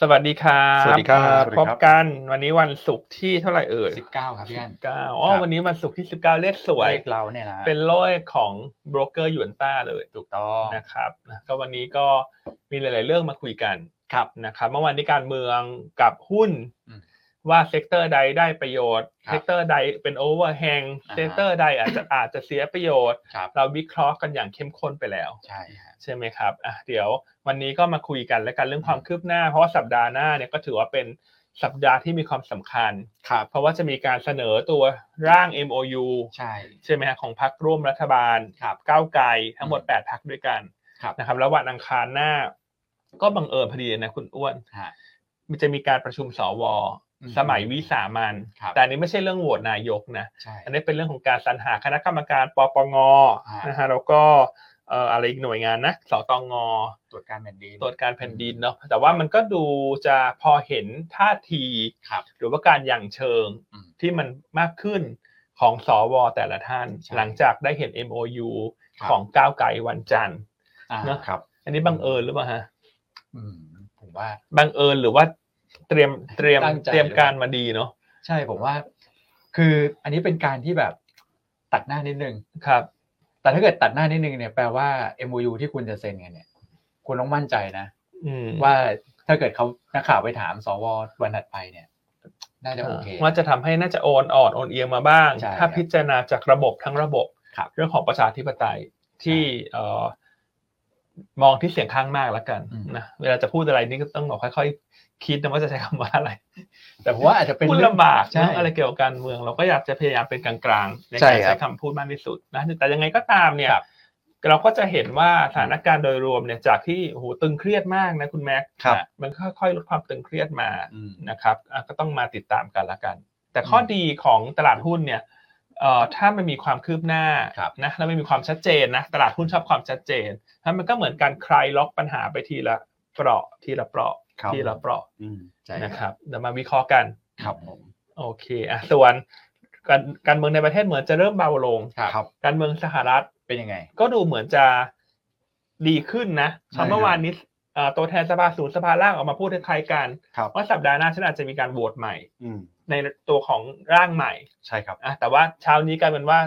สวัสดีครับ สวัสดีครับ พบกันวันนี้วันศุกร์ที่เท่าไหร่เอ่ย สิบเก้าครับพี่อัน เก้าอ๋อ ครับ วันนี้วันศุกร์ที่สิบเก้าเลขสวย เลขเราเนี่ยนะ เป็นโลกของโบรกเกอร์หยวนต้าเลย ถูกต้อง นะครับนะก็วันนี้ก็มีหลาย ๆ เรื่องมาคุยกัน ครับ นะครับเมื่อวานนี้การเมืองกับหุ้น อืม ว่าเซกเตอร์ใดได้ประโยชน์ ครับ เซกเตอร์ใดเป็นโอเวอร์แฮง อ่าฮะ เซกเตอร์ใดอาจจะอาจจะเสียประโยชน์ ครับ เราวิเคราะห์กันอย่างเข้มข้นไปแล้ว ใช่ฮะ ใช่ไหมครับอ่ะเดี๋ยววันนี้ก็มาคุยกันและกันเรื่องความคืบหน้า เพราะว่าสัปดาห์หน้าเนี่ยก็ถือว่าเป็นสัปดาห์ที่มีความสำคัญ ครับ เพราะว่าจะมีการเสนอตัวร่าง MOU ใช่ ใช่ไหมฮะของพรรคร่วมรัฐบาล ครับ ก้าวไกลทั้งหมด อืม 8พรรคด้วยกัน ครับ นะครับแล้ววันอังคารหน้า ก็บังเอิญพอดีนะคุณอ้วน ฮะ มันจะมีการประชุมสว อืม สมัยวิสามัน ครับ แต่อันนี้ไม่ใช่เรื่องโหวตนายกนะ ใช่ อันนี้เป็นเรื่องของการสรรหาคณะกรรมการปปงนะฮะแล้วก็เอ่ออะไรอีกหน่วยงานนะสตง ตรวจการแผ่นดิน ตรวจการแผ่นดินเนาะแต่ว่ามันก็ดูจะพอเห็นท่าที ครับ หรือว่าการอย่างเชิง อืม ที่มันมากขึ้นของสวแต่ละท่าน ใช่ หลังจากได้เห็น MOU ครับ ของก้าวไกลวันจันทร์ อ่า เนอะ ครับ อันนี้บังเอิญหรือเปล่าฮะ อืมผมว่า บังเอิญหรือว่าเตรียมเตรียม ตั้งใจ เตรียมการมาดีเนาะ ใช่ผมว่า คืออันนี้เป็นการที่แบบตัดหน้านิดนึง ครับ แต่ถ้าเกิดตัดหน้านิดนึงเนี่ยแปลว่า MOU ที่คุณจะเซ็นกันเนี่ย คุณต้องมั่นใจนะ อืม ว่าถ้าเกิดเขานักข่าวไปถามสววันถัดไปเนี่ย น่าจะโอเค ว่าจะทำให้น่าจะโอนอ่อนโอนเอียงมาบ้าง ใช่ ถ้า ครับ พิจารณาจากระบบทั้งระบบ ครับ เรื่องของประชาธิปไตยที่เอ่อมองที่เสียงข้างมากแล้วกัน อืม นะเวลาจะพูดอะไรนี่ก็ต้องบอกค่อยๆ คิดนะว่าจะใช้คำว่าอะไร แต่ผมว่าอาจจะเป็น พูด เรื่อง ลำบาก ใช่ เรื่องอะไรเกี่ยวกับการเมืองเราก็อยากจะพยายามเป็นกลางๆใน ใช่ การ ครั ใช้ บ คำพูดมากที่สุดนะแต่ยังไงก็ตามเนี่ย ครับ เราก็จะเห็นว่าสถานการณ์โดยรวมเนี่ยจากที่โอ้โหตึงเครียดมากนะคุณแม็กซ์ ครับ นะมันค่อยๆลดความตึงเครียดมา อืม นะครับอ่ะก็ต้องมาติดตามกันละกัน แต่ข้อดีของตลาดหุ้นเนี่ยเอ่อถ้ามันมีความคืบหน้า ครับ นะแล้วมันมีความชัดเจนนะตลาดหุ้นชอบความชัดเจนแล้วมันก็เหมือนการคลายล็อกปัญหาไปทีละเปราะทีละเปราะ ครับ ทีละเปราะ อืม ใช่ นะค ครับ รับเดี๋ยวมาวิเคราะห์กัน ครับผม โอเคอ่ะส่วนการการเมืองในประเทศเหมือนจะเริ่มเบาลง ครับ การเมืองสหรัฐ เป็นยังไง ก็ดูเหมือนจะดีขึ้นนะเพใช่ราะเมื่อวานนี้เอ่อตัวแทนสภาสูงสภาล่างออกมาพูดคล้ายๆกัน ครับ ว่าสัปดาห์หน้าฉันอาจจะมีการโหวตใหม่ อืม ในตัวของร่างใหม่ ใช่ครับ อ่ะแต่ว่าเช้านี้กลายเป็นว่า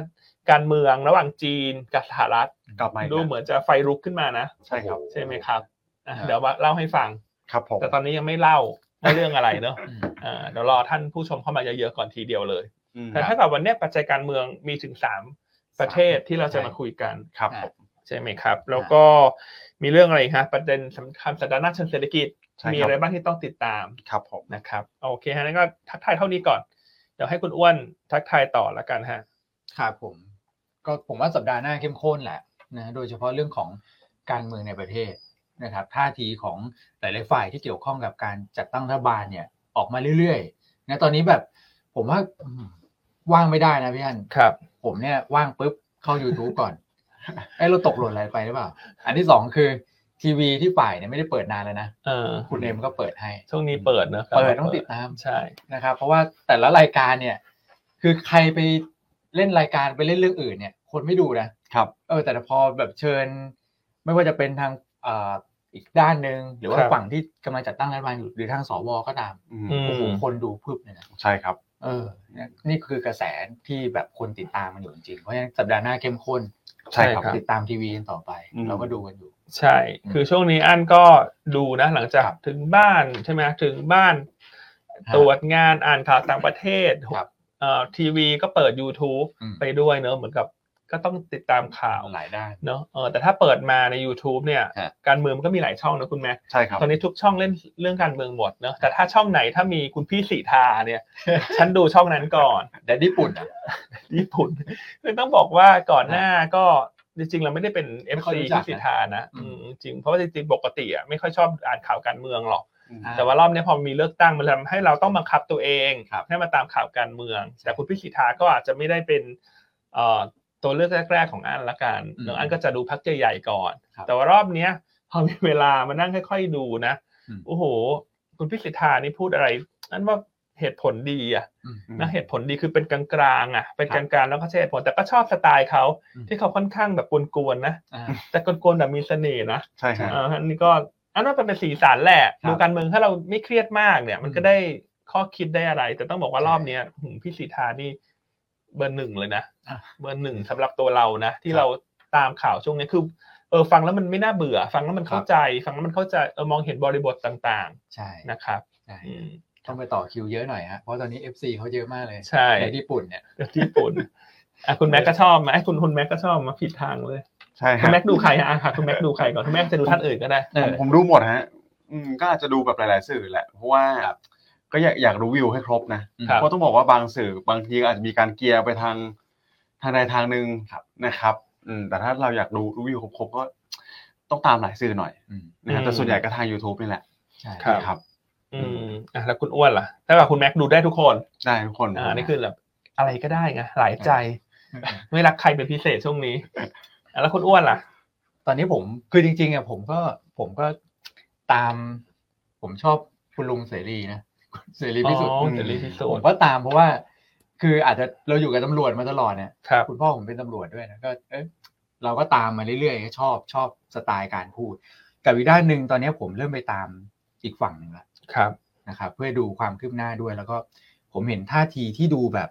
การเมืองระหว่างจีนกับสหรัฐ กลับมาอีก ดู แล้ว เหมือนจะไฟลุกขึ้นมานะ ใช่ครับ ใช่ไหมครับอ่ะ ครับ เดี๋ยวมาเล่าให้ฟัง ครับผม แต่ตอนนี้ยังไม่เล่าว่าเรื่องอะไรเนอะ อืม อ่าเดี๋ยวรอท่านผู้ชมเข้ามาเยอะๆก่อนทีเดียวเลย อืม แต่ถ้ากับวันเนี้ยปัจจัยการเมืองมีถึงสามประเทศที่เราจะมาคุยกัน ครับ อ่า ผม ใช่ไหมครับ แล้วก็มีเรื่องอะไรอีกฮะประเด็นสำคัญสัปดาห์หน้าเชิงเศรษฐกิจ ใช่ มี ค อะ รับ ไรบ้างที่ต้องติดตาม ครับผม นะครับโอเคฮะนั้นก็ทักทายเท่านี้ก่อน เดี๋ยวให้คุณอ้วนทักทายต่อละกันฮะ ครับผม ก็ผมว่าสัปดาห์หน้าเข้มข้นแหละนะโดยเฉพาะเรื่องของการเมืองในประเทศนะครับท่าทีของหลายๆฝ่ายที่เกี่ยวข้องกับการจัดตั้งรัฐบาลเนี่ยออกมาเรื่อยๆนะตอนนี้แบบ ผมว่าอืมว่างไม่ได้นะพี่อัน ครับ ผมเนี่ยว่างปุ๊บเข้า YouTube ก่อน ไอ้ยเราตกหล่นอะไรไปหรือเปล่า อันที่สองคือทีวีที่ฝ่ายเนี่ยไม่ได้เปิดนานแล้วนะ เออ คุณเอ็มก็เปิดให้ ช่วงนี้เปิดเนอะ เปิดต้องติดตาม ใช่ นะครับเพราะว่าแต่ละรายการเนี่ย คือใครไปเล่นรายการไปเล่นเรื่องอื่นเนี่ย คนไม่ดูนะครับ เออแต่พอแบบเชิญ ไม่ว่าจะเป็นทางเอ่ออีกด้านหนึ่งหรือว่าฝั่งที่กำลังจัดตั้งรัฐบาลอยู่หรือทางสวก็ตาม อืม อื โอ้โห ม คนดูพึบเลยนะ ใช่ครับ เออเนี่ยนี่คือกระแสที่แบบคนติดตามมันอยู่จริงเพราะฉะนั้นสัปดาห์หน้าเข้มข้น ใช่ครับ ติดตามทีวีกันต่อไป อืม เราก็ดูกันอยู่ ใช่ คือช่วงนี้อันก็ดูนะ หลังจากถึงบ้านใช่ไหมถึงบ้าน ครับ ตรวจงานอ่านข่าวต่างประเทศ ครับ เอ่อทีวีก็เปิด YouTube อืม ไปด้วยเนอะเหมือนกับก็ต้องติดตามข่าว หลายด้าน เนอะเออแต่ถ้าเปิดมาใน YouTube เนี่ย ฮะ การเมืองมันก็มีหลายช่องนะคุณแม่ ใช่ครับ ตอนนี้ทุกช่องเล่นเรื่องการเมืองหมดเนอะแต่ถ้าช่องไหนถ้ามีคุณพี่สีทาเนี่ย ฉันดูช่องนั้นก่อน แดนญี่ปุ่นอะ ญี่ปุ่นคือต้องบอกว่าก่อนหน้าก็จริงๆ เราไม่ได้เป็นเอฟ ไม่ค่อย ซี รู้จัก พี่สิทธานะ อืม อืมจริงเพราะว่าจริงๆปกติอ่ะไม่ค่อยชอบอ่านข่าวการเมืองหรอก อ่า แต่ว่ารอบเนี้ยพอมีเลือกตั้งมันทำให้เราต้องบังคับตัวเอง ครับ ให้มาตามข่าวการเมือง แต่คุณพิสิทธาก็อาจจะไม่ได้เป็นเอ่อตัวเลือกแรก ๆ ของอันละกัน อืม น้องอันก็จะดูพักใหญ่ๆก่อน ครับ แต่ว่ารอบเนี้ยพอมีเวลามานั่งค่อย ๆ ดูนะ อืม โอ้โห คุณพิสิทธานี่พูดอะไรอันว่าเหตุผลดีอ่ะ นะเหตุผลดีคือเป็นกลางๆอ่ะเป็นกลางๆแล้วก็ใช้เหตุผลแต่ก็ชอบสไตล์เขา อืม ที่เขาค่อนข้างแบบกวนๆนะ อ่า แต่กวนๆแบบมีเสน่ห์นะ ใช่ฮะ เอออันนี้ก็ อันว่ามันเป็นสีสันแหละ ครับ ดูการเมืองถ้าเราไม่เครียดมากเนี่ย มันก็ อืม ได้ข้อคิดได้อะไร แต่ต้องบอกว่า ใช่ รอบเนี้ยหืมพี่สีทานี่เบอร์หนึ่งเลยนะ อ่ะ เบอร์หนึ่งสำหรับตัวเรานะ ที่ ครับ เราตามข่าวช่วงนี้คือเออฟังแล้วมันไม่น่าเบื่อ ฟังแล้วมันเข้า ครับ ใจ ฟังแล้วมันเข้าใจเออมองเห็นบริบทต่าง ใช่ ๆนะครับ ใช่ อืม ต้องไปต่อคิวเยอะหน่อยฮะเพราะตอนนี้ FC เขาเยอะมากเลย ใช่ ในญี่ปุ่นเนี่ย ที่ญี่ปุ่นอ่ะคุณแม็กก็ชอบไหมคุณคุณแม็กก็ชอบมาผิดทางเลย ใช่ คุ ฮะ ณแม็กดูใครฮะอ่ะค่ะคุณแม็กดูใครก่อนคุณแม็กจะดูท่านอื่นก็ได้เอ ผม อ ผมดูหมดฮะ อืมก็อาจจะดูแบบหลาย ๆ สื่อแหละ เพราะว่า ครับ ก็อยากอยากรู้วิวให้ครบนะ ครับ เพราะต้องบอกว่าบางสื่อบางทีก็อาจจะมีการเกียร์ไปทางทางใดทางหนึ่งนะครับอืมแต่ถ้าเราอยากดูรู้วิวครบๆก็ต้องตามหลายสื่อหน่อย อืม นะคอืมรับแต่ส่วนใหญ่ก็ทาง YouTube นี่แหละ ใช่ ครับ นะครับ อืมอ่ะแล้วคุณอ้วนล่ะถ้าแบบคุณแม็กดูได้ทุกคน ได้ทุกคน อ่านี่คือแบบอะไรก็ได้ไงหลายใจ ไม่รักใครเป็นพิเศษช่วงนี้อ่ะแล้วคุณอ้วนล่ะ ตอนนี้ผมคือจริงๆอ่ะผมก็ผมก็ตาม ผมชอบคุณลุงเสรีนะเสรีพิสุทธิ์ อ๋อ อืม เสรีพิสุทธิ์ ผมก็ตามเพราะว่า คืออาจจะเราอยู่กับตำรวจมาตลอดเนี่ย ครับ คุณพ่อผมเป็นตำรวจด้วยนะก็เอะเราก็ตามมาเรื่อยๆก็ชอบชอบสไตล์การพูดกับอีกด้านหนึ่งตอนนี้ผมเริ่มไปตามอีกฝั่งหนึ่งละ ครับ นะครับ เพื่อดูความคืบหน้าด้วย แล้วก็ผมเห็นท่าทีที่ดูแบบ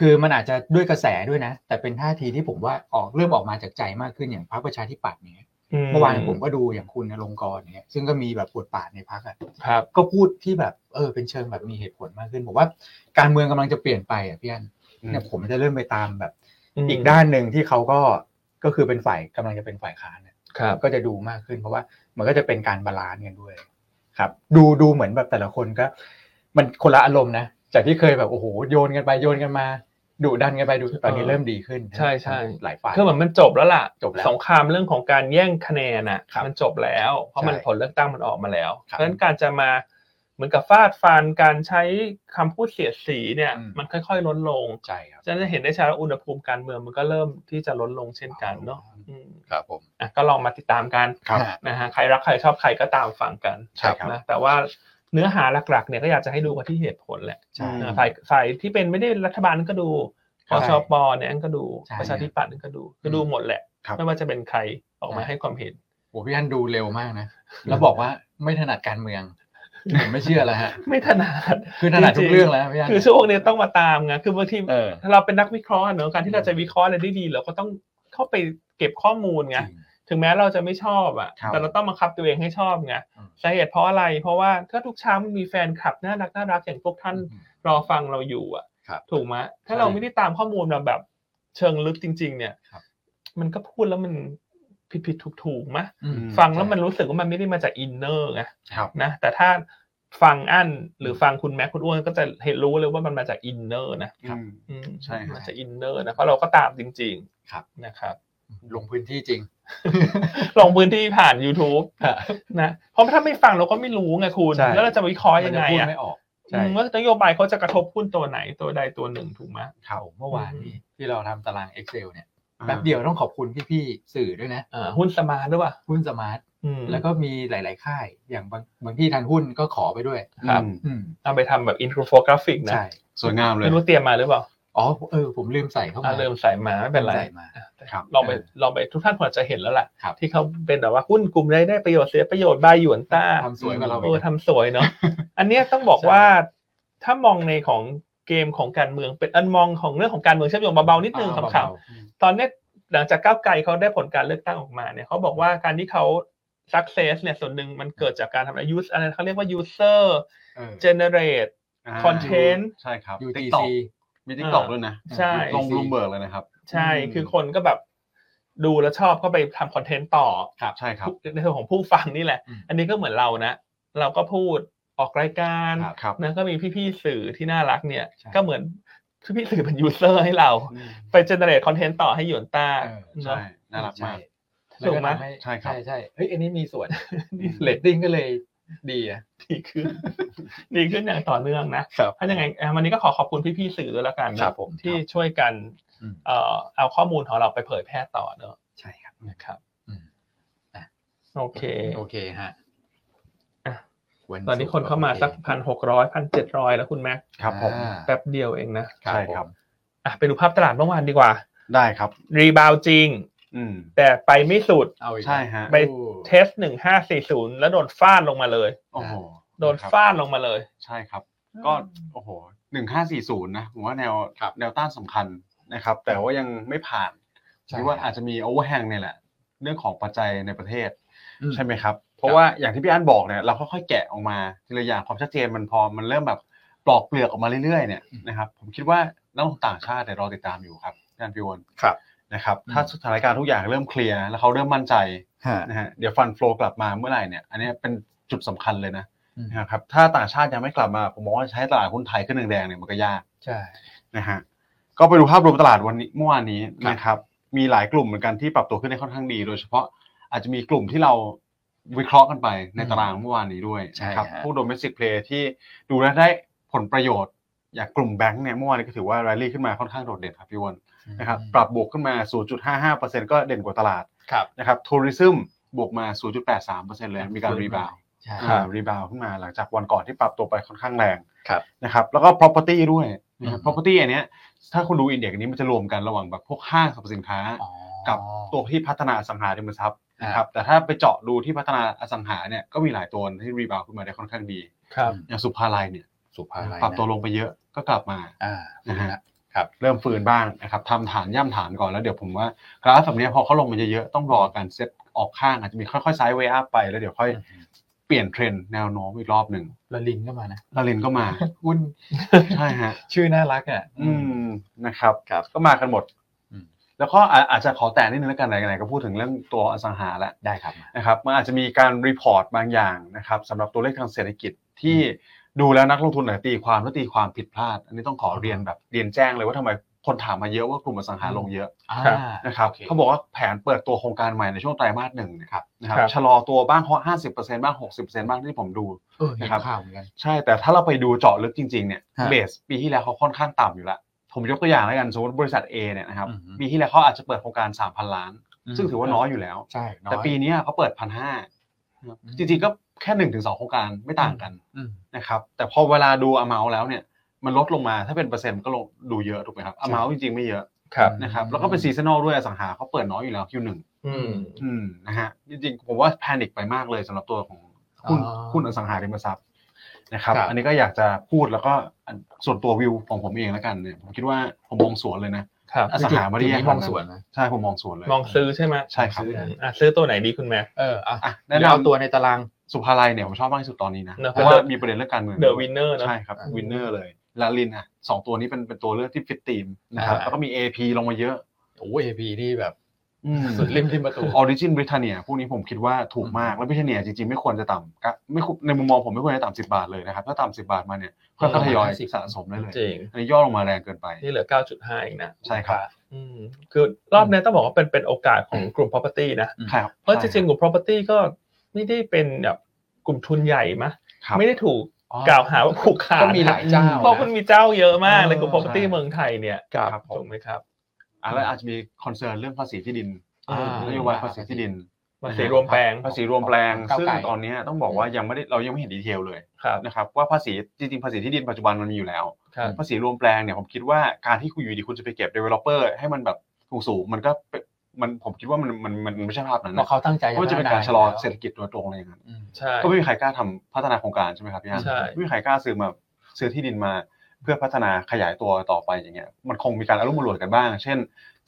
คือมันอาจจะด้วยกระแสด้วยนะ แต่เป็นท่าทีที่ผมว่าออกเริ่มออกมาจากใจมากขึ้นอย่างพรรคประชาธิปัตย์เนี่ย เมื่อวานผมก็ดูอย่างคุณนรงค์กรเนี่ยซึ่งก็มีแบบปวดปาดในพักอ่ะ ครับ ก็พูดที่แบบเออเป็นเชิงแบบมีเหตุผลมากขึ้นผมว่าการเมืองกำลังจะเปลี่ยนไปอ่ะพี่อัน อืม เนี่ยผมจะเริ่มไปตามแบบ อืม อีกด้านหนึ่งที่เขาก็ก็คือเป็นฝ่ายกำลังจะเป็นฝ่ายค้านเนี่ย ครับ ก็จะดูมากขึ้น เพราะว่ามันก็จะเป็นการบาลานซ์กันด้วย ครับ ดูดูเหมือนแบบแต่ละคนก็ มันคนละอารมณ์นะจากที่เคยแบบโอ้โหโยนกันไปโยนกันมาดุดันกันไปดูตอนนี้เริ่มดีขึ้น ใช่ใช่ หลายฝ่าย คือเหมือนมันจบแล้วล่ะ จบแล้ว สงครามเรื่องของการแย่งคะแนนน่ะ ครับ มันจบแล้ว เพราะมัน ใช่ ผลเลือกตั้งมันออกมาแล้ว เพ ครับ ราะฉะนั้นการจะมาเหมือนกับฟาดฟันการใช้คำพูดเสียดสีเนี่ย อืม มันค่อยๆลดลง ใช่ครับ จะได้เห็นได้ชัดว่าอุณหภูมิการเมืองมันก็เริ่มที่จะลดลงเช่นกันเนาะอืม ครับผม อ่ะก็ลองมาติดตามกัน ครับ ฮะ นะฮะใครรักใครชอบใครก็ตามฟังกัน ใช่ครับ นะแต่ว่าเนื้อหาหลักๆเนี่ยก็อยากจะให้ดูกันที่เหตุผลแหละ ใช่ อืม นะฝ่ายฝ่ายที่เป็นไม่ได้รัฐบาลก็ดู ค ป รับ ชปเนี่ยก็ดู ใช่ ประชาธิปัตย์ก็ดู อื ก็ ม ดูหมดแหละ ครับ ไม่ว่าจะเป็นใครออกมา ใช่ ให้ความเห็น โอ้พี่อันดูเร็วมากนะ แล้วบอกว่าไม่ถนัดการเมืองผมไม่เชื่อแล้วฮะ ไม่ถนัด คือถนัดทุกเรื่องแล้วพี่อัน คือช่วงเนี้ยต้องมาตามไงคือบางที เออ ถ้าเราเป็นนักวิเคราะห์เนอะการที่เราจะวิเคราะห์อะไรได้ดีเราก็ต้องเข้าไปเก็บข้อมูล จ ไง ริง ถึงแม้เราจะไม่ชอบอ่ะ ครับ แต่เราต้องบังคับตัวเองให้ชอบไง อืม สาเหตุเพราะอะไร เพราะว่าถ้าทุกเช้ามันมีแฟนคลับน่ารักน่ารักอย่างพวกท่านรอฟังเราอยู่อ่ะ ครับ ถูกไหมถ้าเราไม่ได้ตามข้อมูลมาแบบเชิงลึกจริง ๆ เนี่ย ครับ มันก็พูดแล้วมันผิดผิดถูกถูกๆมะ อืม ม ฟังแล้วมันรู้สึกว่ามันไม่ได้มาจากอินเนอร์ไง ครับ นะ แต่ถ้าฟังอั้นหรือฟังคุณแม็กคุณอ้วนก็จะเห็นรู้เลยว่ามันมาจากอินเนอร์นะ อืม อืม ใช่ครับ มาจากอินเนอร์นะเพราะเราก็ตามจริง ครับ นะครับ ลงพื้นที่จริง ลงพื้นที่ผ่าน YouTube นะเพราะถ้าไม่ฟังเราก็ไม่รู้ไงคุณ ใช่ แล้วเราจะวิเคราะห์ยังไง มันจะอ่ะพูดไม่ออก ใช่ อืมว่านโยบายเขาจะกระทบหุ้นตัวไหนตัวใดตัวหนึ่งถูกไหม ข่าวเมื่อวานนี้ที่เราทำตาราง Excel เนี่ย อ่า แป๊บเดียวต้องขอบคุณพี่ๆสื่อด้วยนะ อ่าหุ้นสมาร์ทด้วยป่ะ หุ้นสมาร์ท อืม แล้วก็มีหลาย ๆ ค่าย อย่างบางบางที่ทางหุ้นก็ขอไปด้วย ครับ อืม อืม เอาไปทำแบบอินโฟกราฟิกนะ ใช่ สวยงามเลย ไม่รู้เตรียมมาหรือเปล่า อ๋อเออผมลืมใส่เข้า อ่า มา เริ่มใส่มาไม่เป็นไร ใส่มา อ่ะแต่ ครับ ลองไปลองไปทุกท่านคงอาจจะเห็นแล้วล่ะ ครับ ที่เขาเป็นแบบว่าหุ้นกลุ่มใดได้ประโยชน์เสียประโยชน์บายหยวนต้า ทำสวยกับเรา โอ้ อีกนะ ทำสวย เนาะ อันเนี้ยต้องบอก ใช่ ว่าถ้ามองในของเกมของการเมืองเป็นอันมองของเรื่องของการเมืองเชื่อมโยงเบาๆนิดนึง อ่า ขำๆ เบา ตอนเนี้ยหลังจากก้าวไกลเขาได้ผลการเลือกตั้งออกมาเนี่ยเขาบอกว่าการที่เขา success เนี่ยส่วนหนึ่งมันเกิดจากการทำอะไร use อะไรเขาเรียกว่า user ๆเออ generate า content ใช่ครับ UGC TikTok มี TikTok ด้วยนะ ใช่ ลงรูมเบิร์กเลยนะครับ ใช่ อืม คือคนก็แบบดูแล้วชอบก็ไปทำคอนเทนต์ต่อ ครับ ใช่ครับ ในส่วนของผู้ฟังนี่แหละ อืม อันนี้ก็เหมือนเรานะ เราก็พูดออกรายการ ครับครับ นะก็มีพี่ๆสื่อที่น่ารักเนี่ย ใช่ ก็เหมือนพี่ๆสื่อเป็น user ให้เรา อืม ไป generate คอนเทนต์ต่อให้หยวนต้า เออ เนอะ ใช่น่ารักมาก ใช่แล้ว ถูกไหม ทำให้ ใช่ครับ ใช่ใช่เฮ้ยอันนี้มีส่วน นี่ เล เล ต ต ติ้งก็เลยดีอะ ดีขึ้น ดีขึ้นอย่างต่อเนื่องนะ ครับ ถ้ายังไงเอ่อวันนี้ก็ขอขอบคุณพี่ๆสื่อด้วยละกันนะครับ ผม ที่ช่วยกัน อืม เอ่อเอาข้อมูลของเราไปเผยแพร่ต่อเนอะ ใช่ครับ นะครับ อืมอ่ะ โอเค โอเคฮะ อ่ะ วัศุกร์ ตอนนี้คนเข้ามาสักพันหกร้อยพันเจ็ดร้อยแล้วคุณแม็ก ครับผม อ่า แป๊บเดียวเองนะ ใช่ครับ อ่ะไปดูภาพตลาดเมื่อวานดีกว่า ได้ครับ รีบาวจริง อืม แต่ไปไม่สุด เอาอีก ใช่ฮะ ไป โอ้ เทสหนึ่งห้าสี่ศูนย์แล้วโดนฟาดลงมาเลย โอ้โห โดน ครับ ฟาดลงมาเลย ใช่ครับ ก็โอ้โหหนึ่งห้าสี่ศูนย์นะผมว่าแนวแนวต้านสำคัญนะครับ แต่ว่ายังไม่ผ่าน ใช่ คิดว่าอาจจะมีโอเวอร์แฮงเนี่ยแหละ เรื่องของปัจจัยในประเทศ อืม ใช่ไหมครับ เพราะว่าอย่างที่พี่อันบอกเนี่ยเราค่อยๆแกะออกมาทีละอย่างความชัดเจนมันพอมันเริ่มแบบปลอกเปลือกออกมาเรื่อยๆเนี่ย อืม นะครับผมคิดว่านักลงทุนต่างชาติเนี่ยรอติดตามอยู่ครับพี่อันพี่วอน ครับ นะครับ อืม ถ้าสถานการณ์ทุกอย่างเริ่มเคลียร์แล้วเขาเริ่มมั่นใจ ฮะ นะฮะเดี๋ยวฟันฟลอกลับมาเมื่อไหร่เนี่ยอันเนี้ยเป็นจุดสำคัญเลยนะ อืม นะครับถ้าต่างชาติยังไม่กลับมาผมมองว่าใช้ตลาดหุ้นไทยขึ้นแดงๆเนี่ยมันก็ยาก ใช่ นะฮะก็ไปดูภาพรวมตลาดวันนี้เมื่อวานนี้นะครับมีหลายกลุ่มเหมือนกันที่ปรับตัวขึ้นได้ค่อนข้างดี โดยเฉพาะอาจจะมีกลุ่มที่เราวิเคราะห์กันไปใน อืม ตารางเมื่อวานนี้ด้วยนะครั ใช่ฮะ พวก domestic play ที่ดูแล้วได้ผลประโยชน์ อย่างกลุ่มแบงก์เนี่ยเมื่อวานนี้ก็ถือว่า rally ขึ้นมาค่อนข้างโดดเด่นครับพี่วอนนะครับปรับบวกขึ้นมา 0.55%ก็เด่นกว่าตลาด ครับ นะครับทัวริซึมบวกมา 0.83%เลยมีการรีบาว ใช่ อ่ารีบาวขึ้นมาหลังจากวันก่อนที่ปรับตัวไปค่อนข้างแรง ครับ นะครับแล้วก็ property ด้วยนะครับ อืม property อันเนี้ยถ้าคุณดูอินเด็กซ์นี้มันจะรวมกันระหว่างแบบพวกห้างสรรพสินค้า อ๋อ กับตัวที่พัฒนาอสังหาริมทรัพย์ อ่า นะครับแต่ถ้าไปเจาะดูที่พัฒนาอสังหาเนี่ยก็มีหลายตัวที่รีบาวขึ้นมาได้ค่อนข้างดี ครับ อย่างสุภาลัยเนี่ย สุภาลัยนะ ปรับตัวลงไปเยอะก็กลับมา อ่า นะฮะ นะ เริ่มฟื้นบ้างนะครับทำฐานย่ำฐานก่อนแล้วเดี๋ยวผมว่ากราฟแบบเนี้ยพอเขาลงมาเยอะๆต้องรอการเซ็ตออกข้างอาจจะมีค่อยๆไซด์เวอัพไปแล้วเดี๋ยวค่อย อืม เปลี่ยนเทรนด์แนวโน้มอีกรอบหนึ่ง ละลินก็มานะ ลาเรนก็มา หุ้น ใช่ฮะ ชื่อน่ารักอ่ะ อืมนะครับ ครับ ก็มากันหมด อืม แล้วก็อาอาจจะขอแตะนิดนึงแล้วกันไหนๆก็พูดถึงเรื่องตัวอสังหาแล้ว ได้ครับมา นะครับมันอาจจะมีการรีพอร์ตบางอย่างนะครับสำหรับตัวเลขทางเศรษฐกิจที่ดูแล้วนักลงทุนหลายตีความแล้วตีความผิดพลาด อันนี้ต้องขอเรียนแบบเรียนแจ้งเลยว่าทำไมคนถามมาเยอะว่ากลุ่มอสังหาลงเยอะ อ่า ครับ นะครับ โอเค เขาบอกว่าแผนเปิดตัวโครงการใหม่ในช่วงไตรมาสหนึ่งเนะครับนะครับ ครับ ชะลอตัวบ้างเพราะห้าสิบเปอร์เซ็นต์บ้างหกสิบเปอร์เซ็นต์บ้างที่ผมดู เออเห็น นะครับ ข่าวเหมือนกัน ใช่ แต่ถ้าเราไปดูเจาะลึกจริงๆเนี่ย ฮะ เบสปีที่แล้วเขาค่อนข้างต่ำอยู่แล้ว ผมยกตัวอย่างแล้วกันสมมติบริษัท A เนี่ยนะครับ อือฮึ ปีที่แล้วเขาอาจจะเปิดโครงการ 3,000 ล้าน ซึ่งถือว่าน้อยอยู่แล้ว ใช่น้อย แต่ปีนี้เขาเปิด 1,500ครับ อืม จริงๆก็แค่ 1-2 โครงการไม่ต่างกัน อืม นะครับแต่พอเวลาดู amount แล้วเนี่ยมันลดลงมาถ้าเป็นเปอร์เซ็นต์ก็ลงดูเยอะถูกไหมครับ amount จริงๆไม่เยอะ ครับ นะครับแล้วก็เป็นซีซันอลด้วยอสังหาเขาเปิดน้อยอยู่แล้ว Q1 อืม อืมนะฮะจริงๆผมว่าแพนิคไปมากเลยสำหรับตัวของหุ้น อ๋อ หุ้นอสังหาริมทรัพย์นะครับ ครับ อันนี้ก็อยากจะพูดแล้วก็อันส่วนตัววิวของผมเองแล้วกันเนี่ยผมคิดว่าผมมองสวนเลยนะ ครับ อสังหาไม่ได้ จุด แยก นี้มของนาดนั้น สวนนะ ใช่ผมมองสวนเลย มองซื้อใช่ไหม ใช่ครับ ซื้อ อืมอ่ะซื้อตัวไหนดีคุณแม่ เอออ่ะ อ่ะ แนะ แนะ นำ นำ ตั ตัว ว ในตาราง สุภาลัยเนี่ยผมชอบมากที่สุดตอนนี้นะ เนอะ เพราะว่า เดอะ มีประเด็นเรื่องการเมือง The Winner เนอะ ใช่ครับ อ่า วินเนอร์เลยลาลินนะสองตัวนี้เป็นเป็นตัวเลือกที่ฟิตทีมนะครับ อ่า แล้วก็มี AP ลงมาเยอะ โอ้เอพีนี่แบบ อืม สุดริมริมประตู ออริจินบริ t เนียพวกนี้ผมคิดว่าถูกมาก แล้วบริ t เนียจริงๆ ไม่ควรจะต่ำก็ไม่ควรในมุมมองผมไม่ควรจะต่ำสิบาทเลยนะครับ ถ้าต่ำสิบาทมาเนี่ยก็ ลงมา ทยอย 50 สะสมได้เลย จริง อันนี้ย่อลงมาแรงเกินไป นี่เหลือ 9.5 เองนะ ใช่ครับ อืม คือรอบนี้ต้องบอกว่าเป็นเป็นโอกาสของกลุ่ม property นะ อืม ครับ เพราะจริงๆกลุ่ม property ก็ไม่ได้เป็นแบบกลุ่มทุนใหญ่มะ ครับ ไม่ได้ถูก อ๋อ กล่าวหาว่าผูกขาด ก็มีหลายเจ้า เพราะมันมีเจ้าเยอะมากเลยกลุ่ม property ใช่ เมืองไทยเนี่ย ครับผ ถู ม กไหมครับ อ่ะแล้วอาจจะมีคอนเซิร์นเรื่องภาษีที่ดิน อ่า นโยบายภาษีที่ดิน มันสีรวมแปลง ภาษีรวมแปลง ก้าว ซึ่ง ไกล ตอนเนี้ยต้องบอกว่ายังไม่ได้เรายังไม่เห็นดีเทลเลย ครับ นะครับว่าภาษีจริงๆภาษีที่ดินปัจจุบันมันมีอยู่แล้ว ครับ ภาษีรวมแปลงเนี่ยผมคิดว่าการที่คุณอยู่ดีคุณจะไปเก็บ developer ให้มันแบบสูงๆมันก็เป็นมันผมคิดว่ามันมันมันไม่ใช่ภาพนั้น เพ นะ ราะเขาตั้งใจ เพราะมันจะเป็นการชะลอเศรษฐกิจโดยตรงอะไรอย่างนั้น อืม ใช่ ก็ไม่มีใครกล้าทำพัฒนาโครงการใช่ไหมครับพี่ฮัน ใช่ ไม่มีใครกล้าซื้อมาซื้อที่ดินมาเพื่อพัฒนาขยายตัวต่อไปอย่างเงี้ยมันคงมีการอารมณ์รวยกันบ้าง เช่น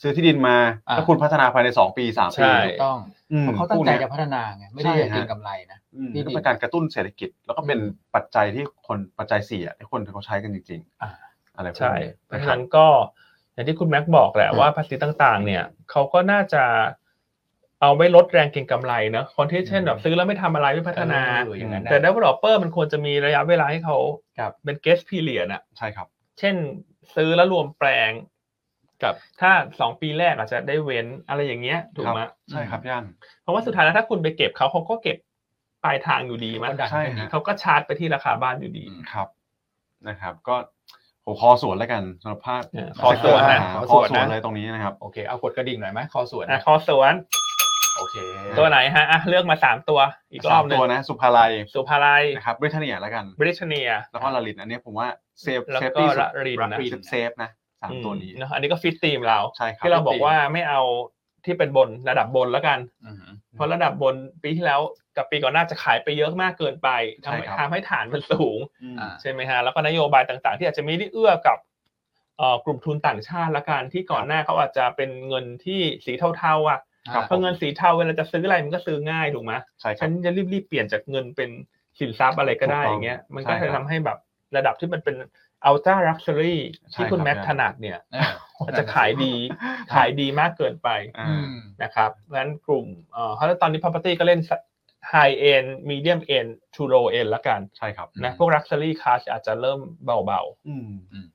ซื้อที่ดินมา อ่า แล้วคุณพัฒนาภายใน 2 ปี 3 ปี ใช่ ถูกต้อง อืม เพราะเขาตั้งใจจะ พวก พัฒนาไงไม่ได้อยาก ใช่ฮะ เก็งกำไรนะ อืม ที่ดิน ก็เป็นการกระตุ้นเศรษฐกิจ แล้วก็เป็น อืม ปัจจัยที่คนปัจจัยสี่อ่ะที่คนเขาใช้กันจริง อ่า ๆอะไรพวก ใช่ นี้ เพราะ นะ ฉะ ครับ นั้นก็อย่างที่คุณแม็กบอกแหละ อืม ว่าภาษีต่างๆ เนี่ยเขาก็น่าจะเอาไว้ลดแรงเก็งกำไรเนอะคนที่เช่นแบบซื้อแล้วไม่ทำอะไรไม่พัฒนา เอออย่างนั้น แต่ นะ developer มันควรจะมีระยะเวลาให้เขา ครับ เป็น g u e s period อะ ใช่ครับ เช่นซื้อแล้วรวมแปลง ครับ ถ้าสองปีแรกอาจจะได้เว้นอะไรอย่างเงี้ยถูกไหมย ใช่ครับพี่อัน เพราะว่าสุดท้ายแล้วถ้าคุณไปเก็บเขาเขาก็เก็บปลายทางอยู่ดีมั้ย ก็ดัน ใช่ กัน ฮะ นะ เขาก็ชาร์จไปที่ราคาบ้านอยู่ดี อืม ครับนะครับ ก็ผมคอสวนแล้วกันสำหรับภาพ เออขอสวนนะ ขอ ข ส อ วน สวนนะ เลยตรงนี้นะครับ โอเคเอากดกระดิ่งหน่อยไหมคอสวน อ่ะคอสวน โอเค ตัวไหนฮะอ่ะเลือกมาสามตัวอีกรอบหนึ่ง สามตัวนะสุภาลัย สุภาลัย นะครับบริเทเนียแล้วกัน บริเตนเนีย แล้วก็ลาลินอันนี้ผมว่าเซฟ แล้ว เซฟ ก็ ตี้สุ ละลินนะ เซฟนะสามตัวนี้ เนอะอันนี้ก็ฟิตตีมเรา ใช่ครับ ที่เราบอกว่าไม่เอา ที่เป็นบนระดับบนแล้วกัน อืม เพราะระดับบนปีที่แล้วกับปีก่อนหน้าจะขายไปเยอะมากเกินไป ใช่ครับ ทำให้ฐานมันสูง อืม อ่า ใช่ไหมฮะแล้วก็นโยบายต่างๆ ที่อาจจะไม่ได้เอื้อกับเอ่อกลุ่มทุนต่างชาติละกันที่ก่อนหน้าเขาอาจจะเป็นเงินที่สีเทาๆอ่ะ ครับ เพราะเงินสีเทาเวลาจะซื้ออะไรมันก็ซื้อง่ายถูกไหม ใช่ครั ฉั บ นจะรีบๆเปลี่ยนจากเงินเป็นสินทรัพย์อะไรก็ได้ ถูกต้อองย่างเงี้ยมันก็ ใช่ จะ ครั ทำ บ ให้แบบระดับที่มันเป็นอัลตร้าลักชัวรี่ ใช่ ที่คุณ ครับ แม็กซ์ ใช่ ถนัดเนี่ย เออ อาจจะขายดีขายดีมากเกินไป อ่า อืม นะครับเพราะฉะนั้นกลุ่มเอ่อเพราะฉะนั้นตอนนี้ property ก็เล่น high end medium end to low end ละกัน ใช่ครับ นะ อืม พวก luxury class อาจจะเริ่มเบาๆ อืม อืม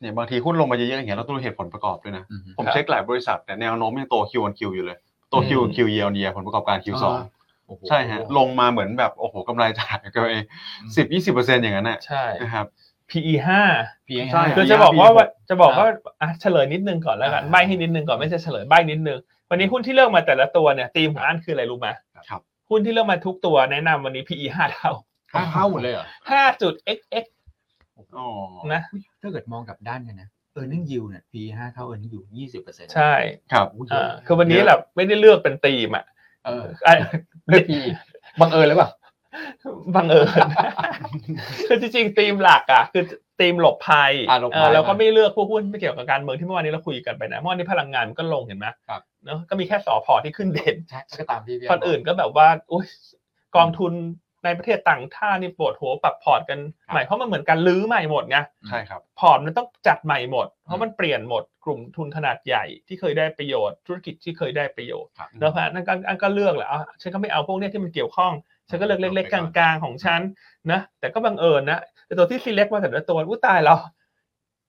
เนี่ยบางทีหุ้นลงมาเยอะๆอย่างเงี้ยเราต้องดูเหตุผลประกอบด้วยนะ อืม ผมเช็คหลายบริษัทเนี่ยแนวโน้มยังโต Q on Q อยู่เลยโต Q on Q year on year ผลประกอบการ Q2 อ่า โอ้โห ใช่ฮะลงมาเหมือนแบบโอ้โหกำไรจะหายไปสิบยี่สิบเปอร์เซ็นต์อย่างนั้นน่ะ ใช่ นะครับ PE ห้า PA ใช่ ห้า คือจะบอกว่า PE จะบอกว่าอ่ะเฉลยนิดนึงก่อนแล้วกัน อ่า ใบให้นิดนึงก่อนไม่ใช่เฉลยใบนิดนึง วันนี้หุ้นที่เลือกมาแต่ละตัวเนี่ยธีมของอันคืออะไรรู้ไหม ครับ หุ้นที่เลือกมาทุกตัวแนะนำวันนี้ PE ห้าเท่า ห้าเข้าหมดเลยเหรอ ห้าจุด xx อ๋อ นะ ถ้าเกิดมองกลับด้านกันนะเออร์เน็งยิวเนี่ยปีห้าเท่าเออร์เน็งยิวยี่สิบเปอร์เซ็นต์ ใช่ ครับ อ่าคือวันนี้แบบไม่ได้เลือกเป็นธีมอ่ะ เออ อ่ะ เลือกปีบังเอิญหรือเปล่า บังเอิญ คือจริงๆธีมหลักอ่ะคือธีมหลบภัย อ่ะหลบภัย เออแล้วก็ไม่เลือกพวกหุ้นไม่เกี่ยวกับการเมืองที่เมื่อวานนี้เราคุยกันไปนะเมื่อวานนี้พลังงานมันก็ลงเห็นไหม ครับ เนอะก็มีแค่สอพอที่ขึ้นเด่น ใช่ก็ตามที่พี่ คนอื่นก็แบบว่าอุ้ยกองทุนในประเทศต่างชาตินี่ปวดหัวปรับพอร์ตกัน ครับ ใหม่เพราะมันเหมือนการลื้อใหม่หมดไง ใช่ครับ พอร์ตมันต้องจัดใหม่หมด เพราะมันเปลี่ยนหมดกลุ่มทุนขนาดใหญ่ที่เคยได้ประโยชน์ ธุรกิจที่เคยได้ประโยชน์ ครับ แล้วพะนั่นก็อันก็เลือกแหละอ่ะฉันก็ไม่เอาพวกเนี้ยที่มันเกี่ยวข้อง ฉันก็เลือกเล็กๆกลางๆของฉันนะแต่ก็บังเอิญนะแต่ตัวที่ select มาแต่ละตัวอุ้ยตายแล้ว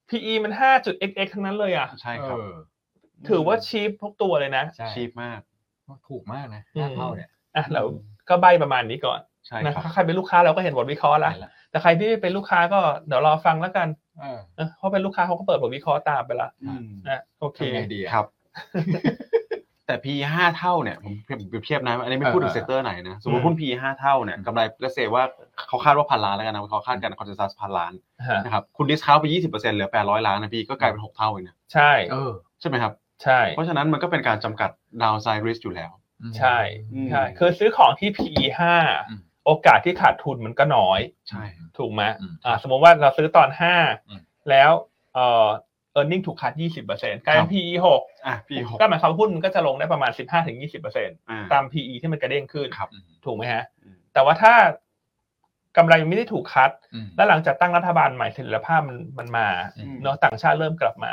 PE มัน 5.xx ทั้งนั้นเลยอ่ะ ใช่ครับ เออ ถือว่าชีพทุกตัวเลยนะ ใช่ ชีพมาก ถูกมากนะห้าเท่าเนี่ย อ่ะเราก็ใบประมาณนี้ก่อน ใช่ นะครับ ใครเป็นลูกค้าเราก็เห็นบทวิเคราะห์ละ เห็นละ แต่ใครที่ไม่เป็นลูกค้าก็เดี๋ยวรอฟังแล้วกัน เออ เออเพราะเป็นลูกค้าเขาก็เปิดบทวิเคราะห์ตามไปละ อืม นะโอเค ทำไงดีอะ ครับ แต่ P ห้าเท่าเนี่ยผมเปรียบเทียบนะอันนี้ไม่พูดถึง เออ เซกเตอร์ไหนนะสมมติ อืม หุ้น P ห้าเท่าเนี่ยกำไรก็เซว่าเขาคาดว่าพันล้านแล้วกันนะเขาคาดกันคอนเซนซัสพันล้าน ฮะ นะครับคุณดิสคาวไปยี่สิบเปอร์เซ็นต์เหลือแปดร้อยล้านนะพี่ก็กลายเป็นหกเท่าเองนะ ใช่ เออ ใช่ไหมครับ ใช่ เพราะฉะนั้นมันก็เป็นการจำกัดดาวไซริสอยู่แล้ว อืม ใช่ อืม ใช่คือซื้อของที่ PE ห้า อืม โอกาสที่ขาดทุนมันก็น้อย ใช่ ถูกไหม อืม อ่าสมมติว่าเราซื้อตอนห้า อืม แล้วเอ่อ earning ถูกคัด20%กลายเป็น PE 6 อ่ะ P หก ก็หมายความว่าหุ้นมันก็จะลงได้ประมาณ 15-20% อ่า ตาม PE ที่มันกระเด้งขึ้น ครับ อืม ถูกไหมฮะ อืม แต่ว่าถ้ากำไรมันไม่ได้ถูกคัด อืม แล้วหลังจากตั้งรัฐบาลใหม่เสถียรภาพมันมันมา อืม เนาะต่างชาติเริ่มกลับมา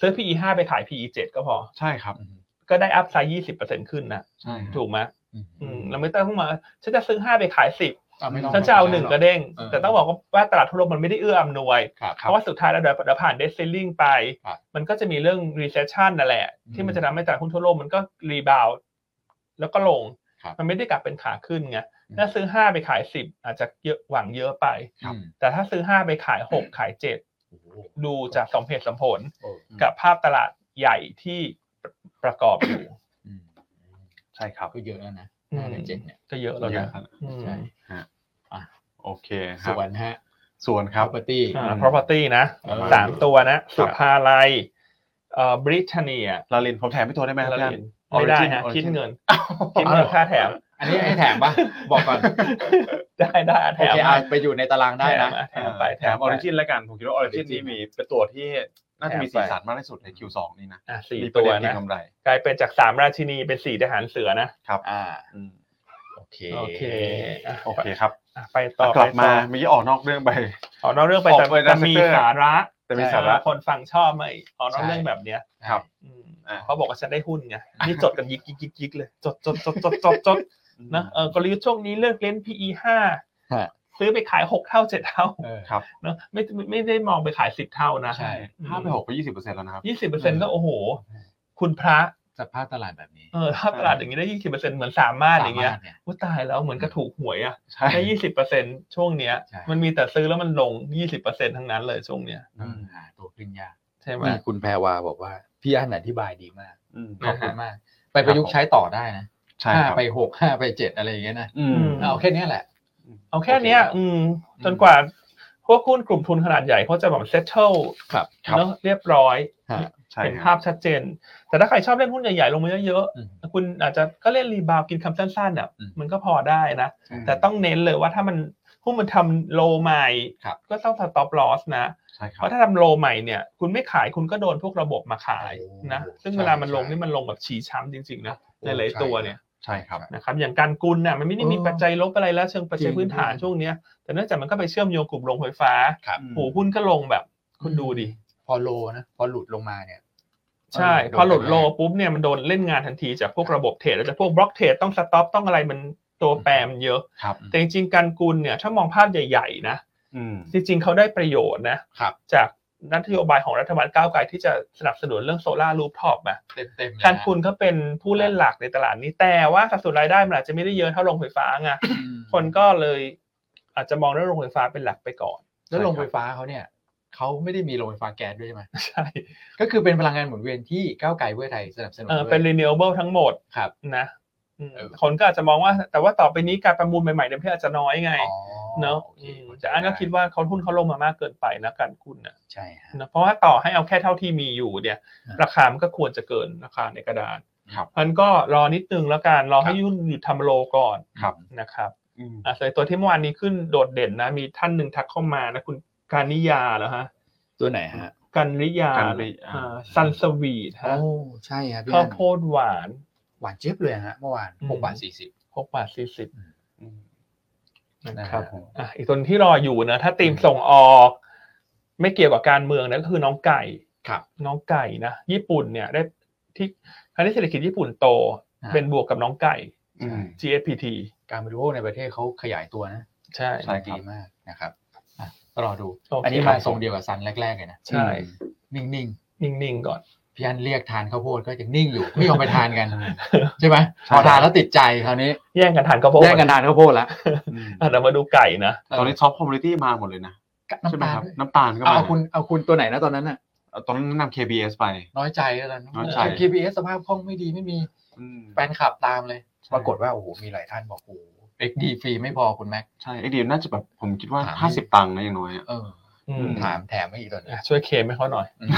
ซื้อ PE 5ไปขาย PE 7ก็พอ ใช่ครับ อืม ก็ได้อัพไซด์20%ขึ้นนะ ใช่ฮะ ถูกไหม อืม อืมเราไม่ต้องมาฉันจะซื้อ 5 ไปขาย 10 อ่ะไม่ต้ง ฉันจะเอาหนึ่งกระเด้ง เออ แต่ต้องบอกว่าตลาดทั่วโลกมันไม่ได้เอื้ออำนวย ครับ เพราะว่าสุดท้ายแล้วเดี๋ยวเดี๋ยวผ่านเดซซิลลิงไป ครับ มันก็จะมีเรื่อง recession นั่นแหละ อืม ที่มันจะทำให้ตลาดหุ้นทั่วโลกมันก็รีบาวแล้วก็ลง ครับ มันไม่ได้กลับเป็นขาขึ้นไง อืม ถ้าซื้อ 5 ไปขาย 10 อาจจะเยอะหวังเยอะไป ครับ แต่ถ้าซื้อ 5 ไปขาย 6 ขาย 7 โอ้โห ดูจากสมเหตุสมผล โอ้ อืม กับภาพตลาดใหญ่ที่ประกอบอยู่ อืม ใช่ครับ ก็เยอะแล้วนะ อืม ห้าถึงเจ็ดเนี่ย ก็เยอะแล้ว เยอะ นะครับ อืม ใช่ โอเคค ส รับ วนฮะ ส่วนครับ property อ่า property นะ เออ สามตัวนะ สุภาลัยเอ่อบริเทเนีย ลาลินผมแถมพี่โทได้ไหมครับ แล้ว พี่อัน ไม่ได้ฮะ Origin คิดเงิน คิด เอา เงิ เหร น อ ค่าแถม อันนี้ให้แถม ปะบอกก่อน ได้ได้แถ โอ ม เค มา เอาไปอยู่ในตารางได้นะ แถมไป แถมออริจินแล้วกัน ผมคิดว่าออริจิน Origin นี่มีเป็นตัวที่น่าจะมี แถมไป สีสันมากที่สุดใน Q2 นี่นะ อ่ะสี่ มีป ตั ระ ว เด็นเก็ นะ งกำไร กลายเป็นจากสามราชินีเป็นสี่ทหารเสือนะ อ่า อืม โอเค โอเคอ่ะ โอเคครับ อ่ะไปต่อ อ่ะกลับ ไปต่อ มาเมื่อกี้ออกนอกเรื่องไป ออกนอกเรื่องไป ออก แต่ ไป แต่ นอก มี เรื่อง สาระ แต่มี ใช่ สาระ คนฟังชอบไหมออกนอกเรื่อง ใช่ แบบเนี้ย ครับ อืม อ่า เขาบอกว่าฉันได้หุ้นไงนี่จดกันยิกยิกยิกยิกเลย จดจดจดจดจดจดนะเออกลยุทธ์ช่วงนี้เลือกเล่น PE ห้า ฮะ ซื้อไปขายหกเท่าเจ็ดเท่า เออ ครับ เนอะไม่ไม่ไม่ได้มองไปขายสิบเท่านะ ใช่ ห้าไปหกไปยี่สิบเปอร์เซ็นต์แล้วนะครับ ยี่สิบเปอร์เซ็นต์ก็โอ้โห คุณพระ สภาพตลาดแบบนี้ เออถ้าตลาดอย่างนี้ได้ยี่สิบเปอร์เซ็นต์เหมือนสามารถอย่างเงี้ย สมรถนี่ ว่าตายแล้วเหมือนกระถูกหวยอ่ะ ใช่ ได้ยี่สิบเปอร์เซ็นต์ช่วงเนี้ย ใช่ มันมีแต่ซื้อแล้วมันลงยี่สิบเปอร์เซ็นต์ทั้งนั้นเลยช่วงเนี้ย อืมหาตัวขึ้นยาก ใช่ไหม นี่คุณแพรวาบอกว่า พี่อันอธิบายดีมาก อืม นะ ข ฮะ อบคุณมาก ไปประยุกต์ใช้ต่อได้นะ ใช่ ห้า ครับ ไปหกห้าไปเจ็ดอะไรอย่างเงี้ยนะ อืม เอาแค่เนี้ยแหละ เอาแค่เนี้ย โอเคครับ อืม จนกว่าพวกหุ้นกลุ่มทุนขนาดใหญ่เขาจะแบบเซ t เทิล ครับ เนอะเรียบร้อย ฮะ ใช่ เห็น ค ภา รับ พชัดเจน แต่ถ้าใครชอบเล่นหุ้นใหญ่ๆลงมาเยอะ อืม ๆคุณอาจจะก็เล่นรีบาวกินคำสั้นๆอ่ะ อืม มันก็พอได้นะ แต่ต้องเน้นเลยว่าถ้ามันหุ้นมันทำโลใหม่ ครับ ก็ต้องสต็อปลอสนะ ใช่ค เพ รับ ราะถ้าทำโลใหม่เนี่ย คุณไม่ขายคุณก็โดนพวกระบบมาขายนะ โอ้ ซึ่ง ใช่ เวลามันลง ใช่ นี่มันลงแบบชี้ช้ำจริงๆนะห โอ้ ลาย ใช่ ๆตัวเนี่ย ใช่ครับ นะครับ อย่างการกุลน่ะมันไม่ได้มีปัจจัยลบอะไรแล้วเชิงปัจจัยพื้นฐานช่วงเนี้ยแต่เนื่องจากมันก็ไปเชื่อมโยงกลุ่มโรงไฟฟ้า ครับ อืม หูหุ้นก็ลงแบบคุณดูดิ พอโลนะ พอหลุดลงมาเนี่ย ใช่ เ พอหลุดโล นไป ปุ๊บเนี่ยมันโดนเล่นงานทันทีจากพวกระบบเทรดแล้วจากพวกบล็อกเทรดต้องสต็อปต้องอะไรมันตัวแปรมันเยอะ ครับ แต่จริงๆการกุลเนี่ยถ้ามองภาพใหญ่ๆนะ อืม จริงๆเขาได้ประโยชน์นะครับ จากนโยบายของรัฐบาลก้าวไกลที่จะสนับสนุนเรื่องโซลารูฟท็อปอะ เต็มเต็มๆเลยนะ การคุณก็เป็นผู้เล่นหลักในตลาดนี้แต่ว่าสัดส่วนรายได้มันอาจจะไม่ได้เยอะเท่าโรงไฟฟ้าไง อืม คนก็เลยอาจจะมองเรื่องโรงไฟฟ้าเป็นหลักไปก่อน แล้วโรง ใช่ ไฟ ครับ ฟ้าเขาเนี่ยเขาไม่ได้มีโรงไฟฟ้าแก๊สด้วยใช่ไหม ใช่ ก็คือเป็นพลังงานหมุนเวียนที่ก้าวไกลเพื่อไทยสนับสนุน เออ ด้วย เป็น renewable ทั้งหมด ครับ นะอืม เออ คนก็อาจจะมองว่า แต่ว่าต่อไปนี้การประมูลใหม่ๆในประเทศอาจจะน้อยไง อ๋อ เนาะ โอค อืมแต่อันก็คิดว่าเขาหุ้นเขาลงมามากเกินไปนะการคุณนะ ใช่ฮะ นะเพราะว่าต่อให้เอาแค่เท่าที่มีอยู่เนี่ย อ่า ราคามันก็ควรจะเกินราคาในกระดาน ครับ มันก็รอนิดนึงแล้วกันรอให้ ครับ ยุ่นหยุดทำโลก่อน ครับ นะครับ อืม อ่ะส่วนตัวที่เมื่อวานนี้ขึ้นโดดเด่นนะ มีท่านหนึ่งทักเข้ามานะ คุณการนิยาเหรอฮะ ตัวไหนฮะ กันริยา กันริยา ซันสวีทฮะ โอ้ใช่ฮะพี่ ข้าว อัน โพดหวาน หวานเจี๊ยบเลยฮะเมื่อวาน อืม หกบาทสี่สิบ หกบาทสี่สิบ อืม นะครับ นะครับผม อ่ะอีกตัวที่รออยู่นะ ถ้าตีมส่งออก ไม่เกี่ยวกับการเมืองนะก็คือน้องไก่ ครับ น้องไก่นะญี่ปุ่นเนี่ยได้ที่ทางที่เศรษฐกิจญี่ปุ่นโต อ่า เป็นบวกกับน้องไก่ อืม GFPT การบริโภคในประเทศเขาขยายตัวนะ ใช่ ใช่ครับ ดีมากนะครับอ่ะรอดู โอเค อันนี้มา ครับ ทรงเดียวกับซันแรกๆเลยนะ ใช่ นิ่ง นิ่งๆก่อน ๆพี่อันเรียกทานข้าวโพดก็ยังนิ่งอยู่ ไม่ยอมไปทานกัน ใช่ ใช่ไหม ใช่ พอทานแล้วติดใจคราวนี้ แย่งกันทานข้าวโพด แย่งกันทานข้าวโพดละ อืม อ่ะเรามาดูไก่นะ ตอนนี้ซอฟต์คอมมูนิตี้มาหมดเลยนะใช่ไหม น้ำตา ค ลด้วยรับน้ำตาลก็ เอา มา เอาคุณเอาคุณตัวไหนนะตอนนั้นน่ะ เอาตอนนั้นแนะนำ KBS ไป น้อยใจแล้วกัน น้อยใจ แต่ KBS สภาพคล่องไม่ดีไม่มี อืม แฟนคลับตามเลย ใช่ ปรากฏว่าโอ้โหมีหลายท่านบอกโอ้โห XD ฟรีไม่พอคุณแม็ก ใช่ไอเดียน่าจะแบบผมคิดว่า ถาม ห้าสิบตังค์นะอย่างน้อยอะ เออ อืม อื ถามแถมให้อีกตัวหนึง อ่ะช่วยเคมให้เขาหน่อย อืม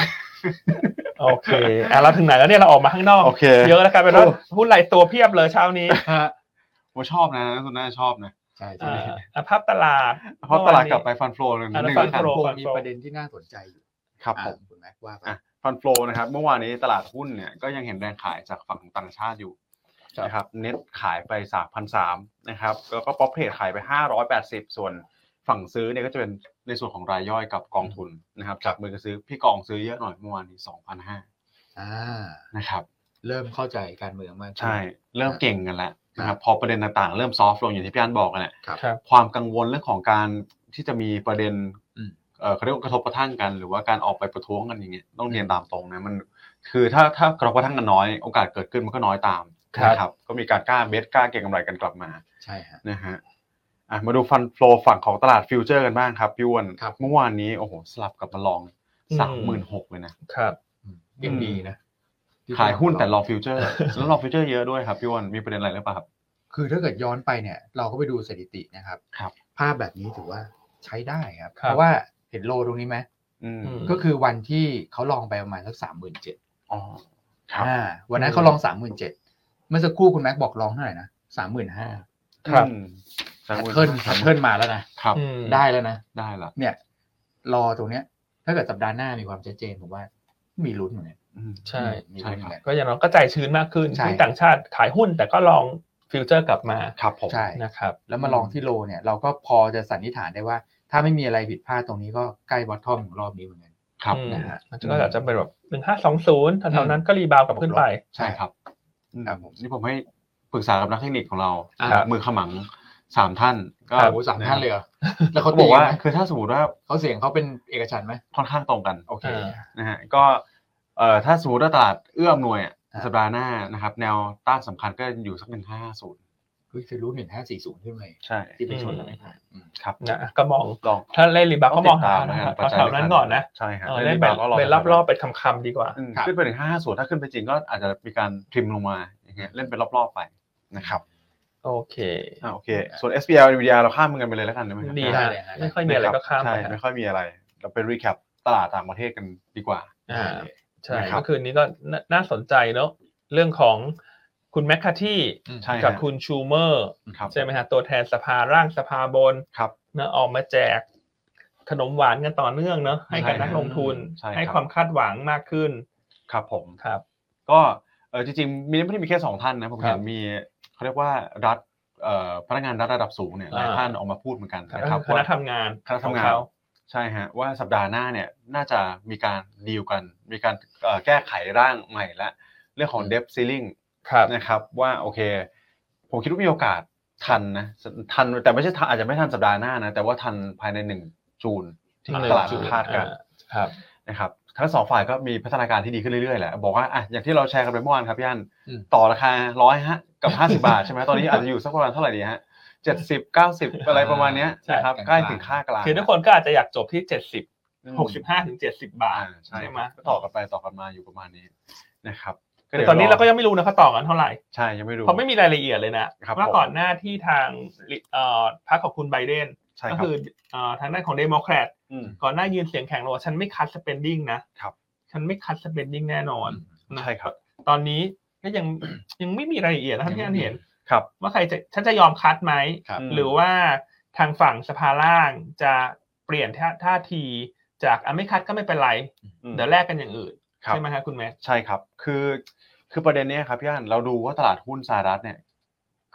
โอเคอ่ะเราถึงไหนแล้วเนี่ยเราออกมาข้างนอก โอเค เยอะแล้วกันเป็นว่าหุ้นหลายตัวเพียบเลยเช้านี้ ฮะ ผมชอบนะคุณน่าจะชอบนะ ใช่ อ่ ใช่ ะอ่ะภาพตลาด เพราะตลาดกลับไปฟันโฟลเลยนะ อ่ะ ห แล้ นึ่ ว ง ฟั แล้ว น กัน โฟล คงมีประเด็นที่น่าสนใจอยู่ ครับผม อ่ะคุณแม็กว่าไป อ่ะ ฟันโฟลนะครับเมื่อวานนี้ตลาดหุ้นเนี่ยก็ยังเห็นแรงขายจากฝั่งของต่างชาติอยู่ ครับ นะครับเน็ตขายไปสามพันสามนะครับแล้วก็ป๊อปเทรดขายไป 580 ส่วนฝั่งซื้อเนี่ยก็จะเป็นในส่วนของรายย่อยกับกองทุนนะครับจับมือกันซื้อพี่กองซื้อเยอะหน่อยเมื่อวานนี้2,500 อ่า นะครับ เริ่มเข้าใจการเมืองมากขึ้น ใช่เริ่มเก่งกันแล้วนะครับพอประเด็นต่างๆ เริ่มซอฟต์ลงอย่างที่พี่อันบอกกันแหละ ครับ ครับ ความกังวลเรื่องของการที่จะมีประเด็น อืม เอ่อเขาเรียกว่ากระทบกระทั่งกัน หรือว่าการออกไปประท้วงกันอย่างเงี้ยต้องเรียนตามตรงนะมัน คือถ้าถ้ากระทบกระทั่งกันน้อยโอกาสเกิดขึ้นมันก็น้อยตาม ครับ นะครับ ก็มีการกล้าเบสกล้าเก็งกำไรกันกลับมา ใช่ฮะ นะฮะอ่ะมาดูฟันโฟลฝั่งของตลาดฟิวเจอร์กันบ้างครับพี่อ้วน ครับ เมื่อวานนี้โอ้โหสลับกับมาลองสามหมื่นหกเลยนะครับ อืมยังดีนะที่ ขายหุ้นแต่ เร ลองฟิวเจอร์แล้วลองฟิวเจอร์เยอะด้วยครับพี่อ้วนมีประเด็นอะไรหรือเปล่าครับ คือถ้าเกิดย้อนไปเนี่ย เราก็ไปดูสถิตินะครับ ครับ ภาพแบบนี้ถือว่าใช้ได้ครับ ครับ เพราะว่าเห็นโลตรงนี้ไหม อืม อืม ก็คือวันที่เขาลองไปประมาณสักสามหมื่นเจ็ด อ๋อครับ อ่า วันนั้นเขาลองสามหมื่นเจ็ดเมื่อสักครู่คุณแม็กบอกลองเท่าไหร่นะสามหมื่นห้า ครับ อืมแสดง แพท ว่า เทิร์นแพทเทิร์นมาแล้วนะครับ อืม ได้แล้วนะ ได้ละ เนี่ย รอตรงเนี้ย ถ้าเกิดสัปดาห์หน้ามีความชัดเจนผมว่า มีลุ้นเหมือนกัน อืม ใช่ มีลุ้นเหมือนกัน ก็อย่างน้อยก็ใจชื้นมากขึ้น ใช่ ที่ต่างชาติขายหุ้นแต่ก็ลองฟิวเจอร์กลับมา ครับผม ใช่ นะครับ แล้วมาลองที่โลเนี่ยเราก็พอจะสันนิษฐานได้ว่า ถ้าไม่มีอะไรผิดพลาดตรงนี้ก็ใกล้บอททอมของรอบนี้เหมือนกัน ครับ อืม นะฮะ แล้วก็อาจจะเป็นแบบหนึ่งห้าสองศูนย์แถวๆนั้นก็รีบาวกลับขึ้นไป ใช่ครับอืม ครับผม นี่ผมให้ปรึกษากับนักเทคนิคของเรา ครับ มือขมังสามท่านก็ ครับ โอ้โหสามท่านเลยเหรอแล้ว เขา เขา บ ตี อกว่า ไหม คือถ้าสมมติว่า เขาเสียงเขาเป็นเอกฉันท์ไหม ค่อนข้างตรงกัน โอเค อ่า นะฮะก็เอ่อถ้าสมมติว่าตลาดเอื้อมหน่วยอะ ครับ สัปดาห์หน้านะครับ แนวต้านสำคัญก็อยู่สักหนึ่งห้าศูนย์ เฮ้ยคือรู้หนึ่งห้าสี่ศูนย์ขึ้นไป ใช่ ที่ไปชนแล้วไม่ผ่านอืม ครับ นะก็มอง ลอง ถ้าเล่นรีบาวก็มองหา นะฮะ แถวๆนั้นก่อนนะ ใช่ฮะ เออเล่นแบบเป็นรอบๆเป็นคำๆดีกว่า อืม ครับ ขึ้นไปถึงห้าศูนย์ถ้าขึ้นไปจริงก็อาจจะมีการทริมลงมาอย่างเงี้ยเล่นเป็นรอบๆไปนะครับ โอเค อ่าโอเค ส่วน SBL NVDR เราข้ามมันกันไปเลยแล้วกันได้ไหมครับ ดี ครั ฮะ บ ได้ ไม่ค่อยมีอะไรก็ข้ามไป ใช่ไม่ค่อยมีอะไร เราไปรีแคปตลาดต่างประเทศกันดีกว่า อ่า ใช่ นะครับ เมื่อคืนนี้ก็น่าน่าสนใจเนอะเรื่องของคุณแมคคาที่ อืม ใช่ กับ ฮะ คุณชูเมอร์ ครับ ใช่ไหมฮะตัวแทนสภาร่างสภาบน ครับ เนอะออกมาแจก ขนมหวานกันต่อเนื่องเนอะให้กับ ใช่ นักลงทุน ใช่ครับ ความคาดหวังมากขึ้น ครับผม ครับ ก็เออจริงๆมีไม่ได้มีแค่สองท่านนะผม ครั เห็ บ นมีเขาเรียกว่ารัฐเอ่อพนักงานรัฐระดับสูงเนี่ยหลาย อ่า ท่านออกมาพูดเหมือนกันนะ ค ค รั รั บบ คณะ ว่า ทำงาน คณะทำงาน ขอเข ใช่ฮะว่าสัปดาห์หน้าเนี่ยน่าจะมีการดีลกัน มีการเอ่อแก้ไขร่างใหม่ละเรื่องของ debt ceiling ครับ นะครับว่าโอเค ผมคิดว่ามีโอกาสทันนะทันแต่ไม่ใช่ทันอาจจะไม่ทันสัปดาห์หน้านะแต่ว่าทันภายในหนึ่งจูนที่ตลาดคาดกัน ครับ นะครับทั้งสองฝ่ายก็มีพัฒนาการที่ดีขึ้นเรื่อยๆแหละบอกว่าอ่ะอย่างที่เราแชร์กันไปเมื่อวานครับพี่อัน อืม ต่อราคาร้อยฮะกับห้าสิบาทใช่ไหมตอนนี้อาจจะอยู่สักประมาณเท่าไหร่ดีฮะเจ็ดสิบเก้าสิบอะไรประมาณเนี้ย ใช่ นะครับใกล้ถึงค่ากลาง คือทุกคนก็อาจจะอยากจบที่เจ็ดสิบ อืม หกสิบห้าถึงเจ็ดสิบา อ่า ท ใช่ ไห ไห ม มก็ต่อกันไปต่อกันมาอยู่ประมาณนี้นะครับก็ แต่ ดี๋ยว ตอนนี้เราก็ยังไม่รู้นะเขาต่อกันเท่าไหร่ ใช่ยังไม่รู้ เพราะไม่มีรายละเอียดเลยนะครับ ว่า ผม ก่อนหน้าที่ทางเอ่อพรรคของคุณไบเดน ใช่ ก็ ครับ คือเอ่อทางด้านของเดโมแครต ม ก่อนหน้ายืนเสียงแข็งเลยว่าฉันไม่คัด spending นะครับ ฉันไม่คัด spending แน่นอนนะ ใช่ครับ ตอนนี้ก็ยัง ยังไม่มีรายละเอียดนะครับที่อันเห็น ครับ ว่าใครจะฉันจะยอมคัดไหม ครับ อืม หรือว่าทางฝั่งสภาล่างจะเปลี่ยนท่าท่าทีจากอ่ะไม่คัดก็ไม่เป็นไร อืม เดี๋ยวแลกกันอย่างอื่น ครับ ใช่ไหมครับคุณแม็กซ์ ใช่ครับ คือ คือประเด็นเนี้ยครับพี่อันเราดูว่าตลาดหุ้นสหรัฐเนี่ย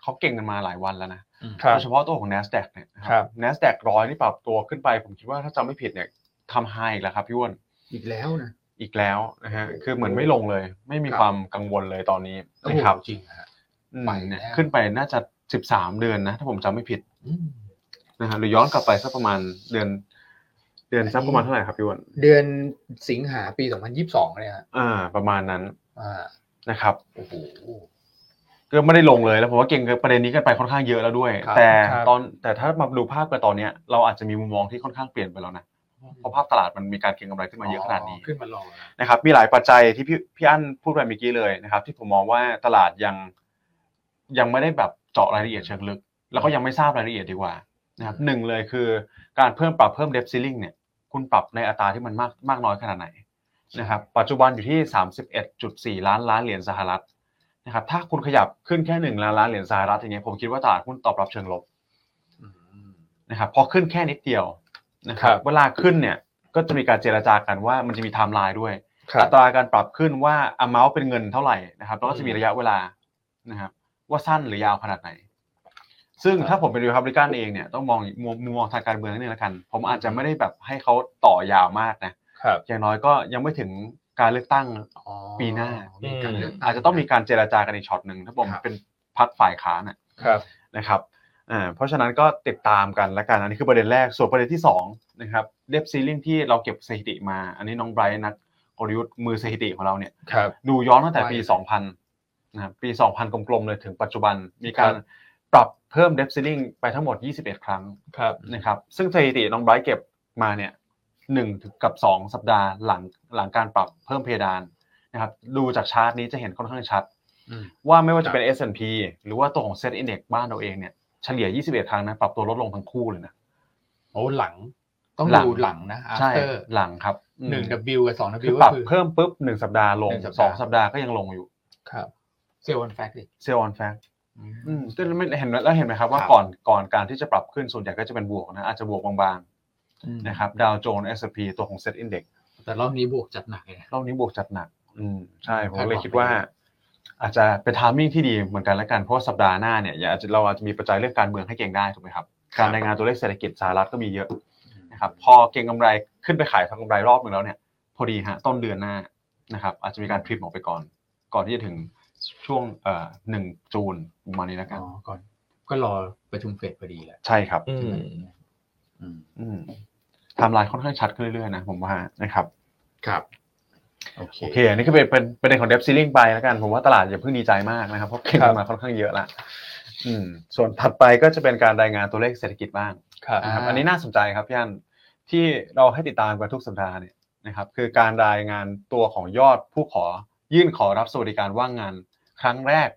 เขาเก่งกันมาหลายวันแล้วนะ ครับ โดยเฉพาะตัวของ NASDAQ เนี่ยนะ ครับ NASDAQ ร้อยนี่ปรับตัวขึ้นไป ผมคิดว่าถ้าจำไม่ผิดเนี่ยทำไฮอีกแล้วครับพี่อ้วน อีกแล้วนะ อีกแล้วนะฮะคือเหมือนไม่ลงเลย ไม่มีความกังวลเลยตอนนี้ โอ้ นะ โห ครับ จริงฮะ อืม ไปแล้ว เนี่ยขึ้นไปน่าจะ 13 เดือนนะ ถ้าผมจำไม่ผิด อืม นะฮะหรือย้อนกลับไปสักประมาณเดือน เดือนสักประมาณเท่าไหร่ครับพี่อ้วน เดือนสิงหาปี 2022เนี่ยฮะ อ่า ประมาณนั้น อ่า นะครับ โอ้โห ก็ไม่ได้ลงเลยแล้วผมว่าเก่งกับประเด็นนี้กันไปค่อนข้างเยอะแล้วด้วย ครับ แต่ ครับ ตอนแต่ถ้ามาดูภาพกันตอนเนี้ยเราอาจจะมีมุมมองที่ค่อนข้างเปลี่ยนไปแล้วนะเพราะภาพตลาดมันมีการเก็งกำไรขึ้นมาเยอะขนาดนี้ ขึ้นมาลองนะ นะครับมีหลายปัจจัยที่พี่พี่อั้นพูดไปเมื่อกี้เลยนะครับ ที่ผมมองว่าตลาดยังยังไม่ได้แบบเจาะรายละเอียดเชิงลึก แล้วก็ยังไม่ทราบรายละเอียดดีกว่านะครับหนึ่งเลยคือการเพิ่มปรับเพิ่มเดฟซิลลิงเนี่ยคุณปรับในอัตราที่มันมากมากน้อยขนาดไหนนะครับปัจจุบันอยู่ที่ 31.4 ล้านล้านเหรียญสหรัฐนะครับถ้าคุณขยับขึ้นแค่หนึ่งล้านล้านเหรียญสหรัฐอย่างเงี้ยผมคิดว่าตลาดหุ้นตอบรับเชิงลบ อืม นะครับพอขึ้นแค่นิดเดียวนะครั ครับ บ เวลาขึ้นเนี่ยก็จะมีการเจรจากันว่ามันจะมีไทม์ไลน์ด้วย ครับ อัตราการปรับขึ้นว่า amount เป็นเงินเท่าไหร่นะครับแล้วก็จะมี อืม ระยะเวลานะครับว่าสั้นหรือยาวขนาดไหน ซึ่ง ครับ ถ้าผมเป็นรีพับลิกันเองเนี่ยต้องมองมุมมุมมองทางการเมืองนิดนึงละกัน ผมอาจจะไม่ได้แบบให้เขาต่อยาวมากนะครับ อย่างน้อยก็ยังไม่ถึงการเลือกตั้ง อ๋อ ปีหน้า มีการเลืก อาจจะต้องมีการเจรจากันในช็อตหนึ่งถ้าผมเป็นพักฝ่ายค้านน่ะ ครับ นะครับอ่าเพราะฉะนั้นก็ติดตามกันละกัน อันนี้คือประเด็นแรก ส่วนประเด็นที่2นะครับเดฟซีลิงที่เราเก็บสถิติมา อันนี้น้องไบรท์นักกลยุทธ์มือสถิติของเราเนี่ย ครับ ดูย้อนตั้งแต่ปี 2000นะครับปี 2000 กลมๆเลยถึงปัจจุบัน มีการปรับเพิ่มเดฟซีลิงไปทั้งหมด 21 ครั้ง ครับ นะครับ ซึ่งสถิติน้องไบรท์เก็บมาเนี่ยหนึ่งถึงกับ 2 สัปดาห์หลังหลังการปรับเพิ่มเพดานนะครับ ดูจากชาร์ตนี้จะเห็นค่อนข้างชัด อืม ว่าไม่ว่าจะเป็น S&P หรือว่าตัวของ Set Index บ้านเราเองเนี่ยเฉลี่ย 21 ครั้งนะปรับตัวลดลงทั้งคู่เลยนะ โอ้หลังต้อง หลัง ดูหลังนะ ใช่ after หลังครับ หนึ่ง อืม W กับสอง คือ W ป ก็ รับ คือ เพิ่มปุ๊บ 1 สัปดาห์ลง หนึ่งสัปดาห์ 2 สัปดาห์ก็ยังลงอยู่ ครับ เซลล์ fact ดิ เซลล์ออนแฟกก็ไม่เห็นแล้วเห็นไหมครับว่าก่อนก่อนการที่จะปรับขึ้นส่วนใหญ่ก็จะเป็นบวกนะ อาจจะบวกบางๆนะครับดาวโจนส์ S&P ตัวของ Set Index แต่รอบนี้บวกจัดหนักเลยนะ รอบนี้บวกจัดหนัก อืมใช่ ผม คาดหวัง เลยคิดว่า อาจจะเป็นทามมิ่งที่ดีเหมือนกันละกัน เพราะว่าสัปดาห์หน้าเนี่ยอย่าอาจจะเราอาจจะมีปัจจัยเรื่องการเมืองให้เก่งได้ถูกไหมครับ การรายงานตัวเลขเศรษฐกิจสหรัฐก็มีเยอะนะครับ พอเก่งกำไรขึ้นไปขายทำกำไรรอบหนึ่งแล้วเนี่ยพอดีฮะต้นเดือนหน้านะครับ อาจจะมีการทริปออกไปก่อน ก่อนที่จะถึงช่วงเอ่อหนึ่งจูนประมาณนี้แล้วกั อ๋ น อก่อน ก็รอประชุมเฟดพอดีแหละ ใช่ครับ อืม อืม อืมไทำลายค่อนข้างชัดขึ้นเรื่อยๆนะผมว่านะครับ ครับ โอเค โอเค อันนี้ก็เป็นเป็นประเด็นของ debt ceiling ไปแล้วกัน ผมว่าตลาดอย่าเพิ่งดีใจมากนะครับ เพราะเก็ง ครับ มาค่อนข้างเยอะละอืม ส่วนถัดไปก็จะเป็นการรายงานตัวเลขเศรษฐกิจบ้าง ครับ อ่า นะครับ อันนี้น่าสนใจครับพี่อันที่เราให้ติดตามกันทุกสัปดาห์เนี่ยนะครับ คือการรายงานตัวของยอดผู้ขอยื่นขอรับสวัสดิการว่างงานครั้งแรก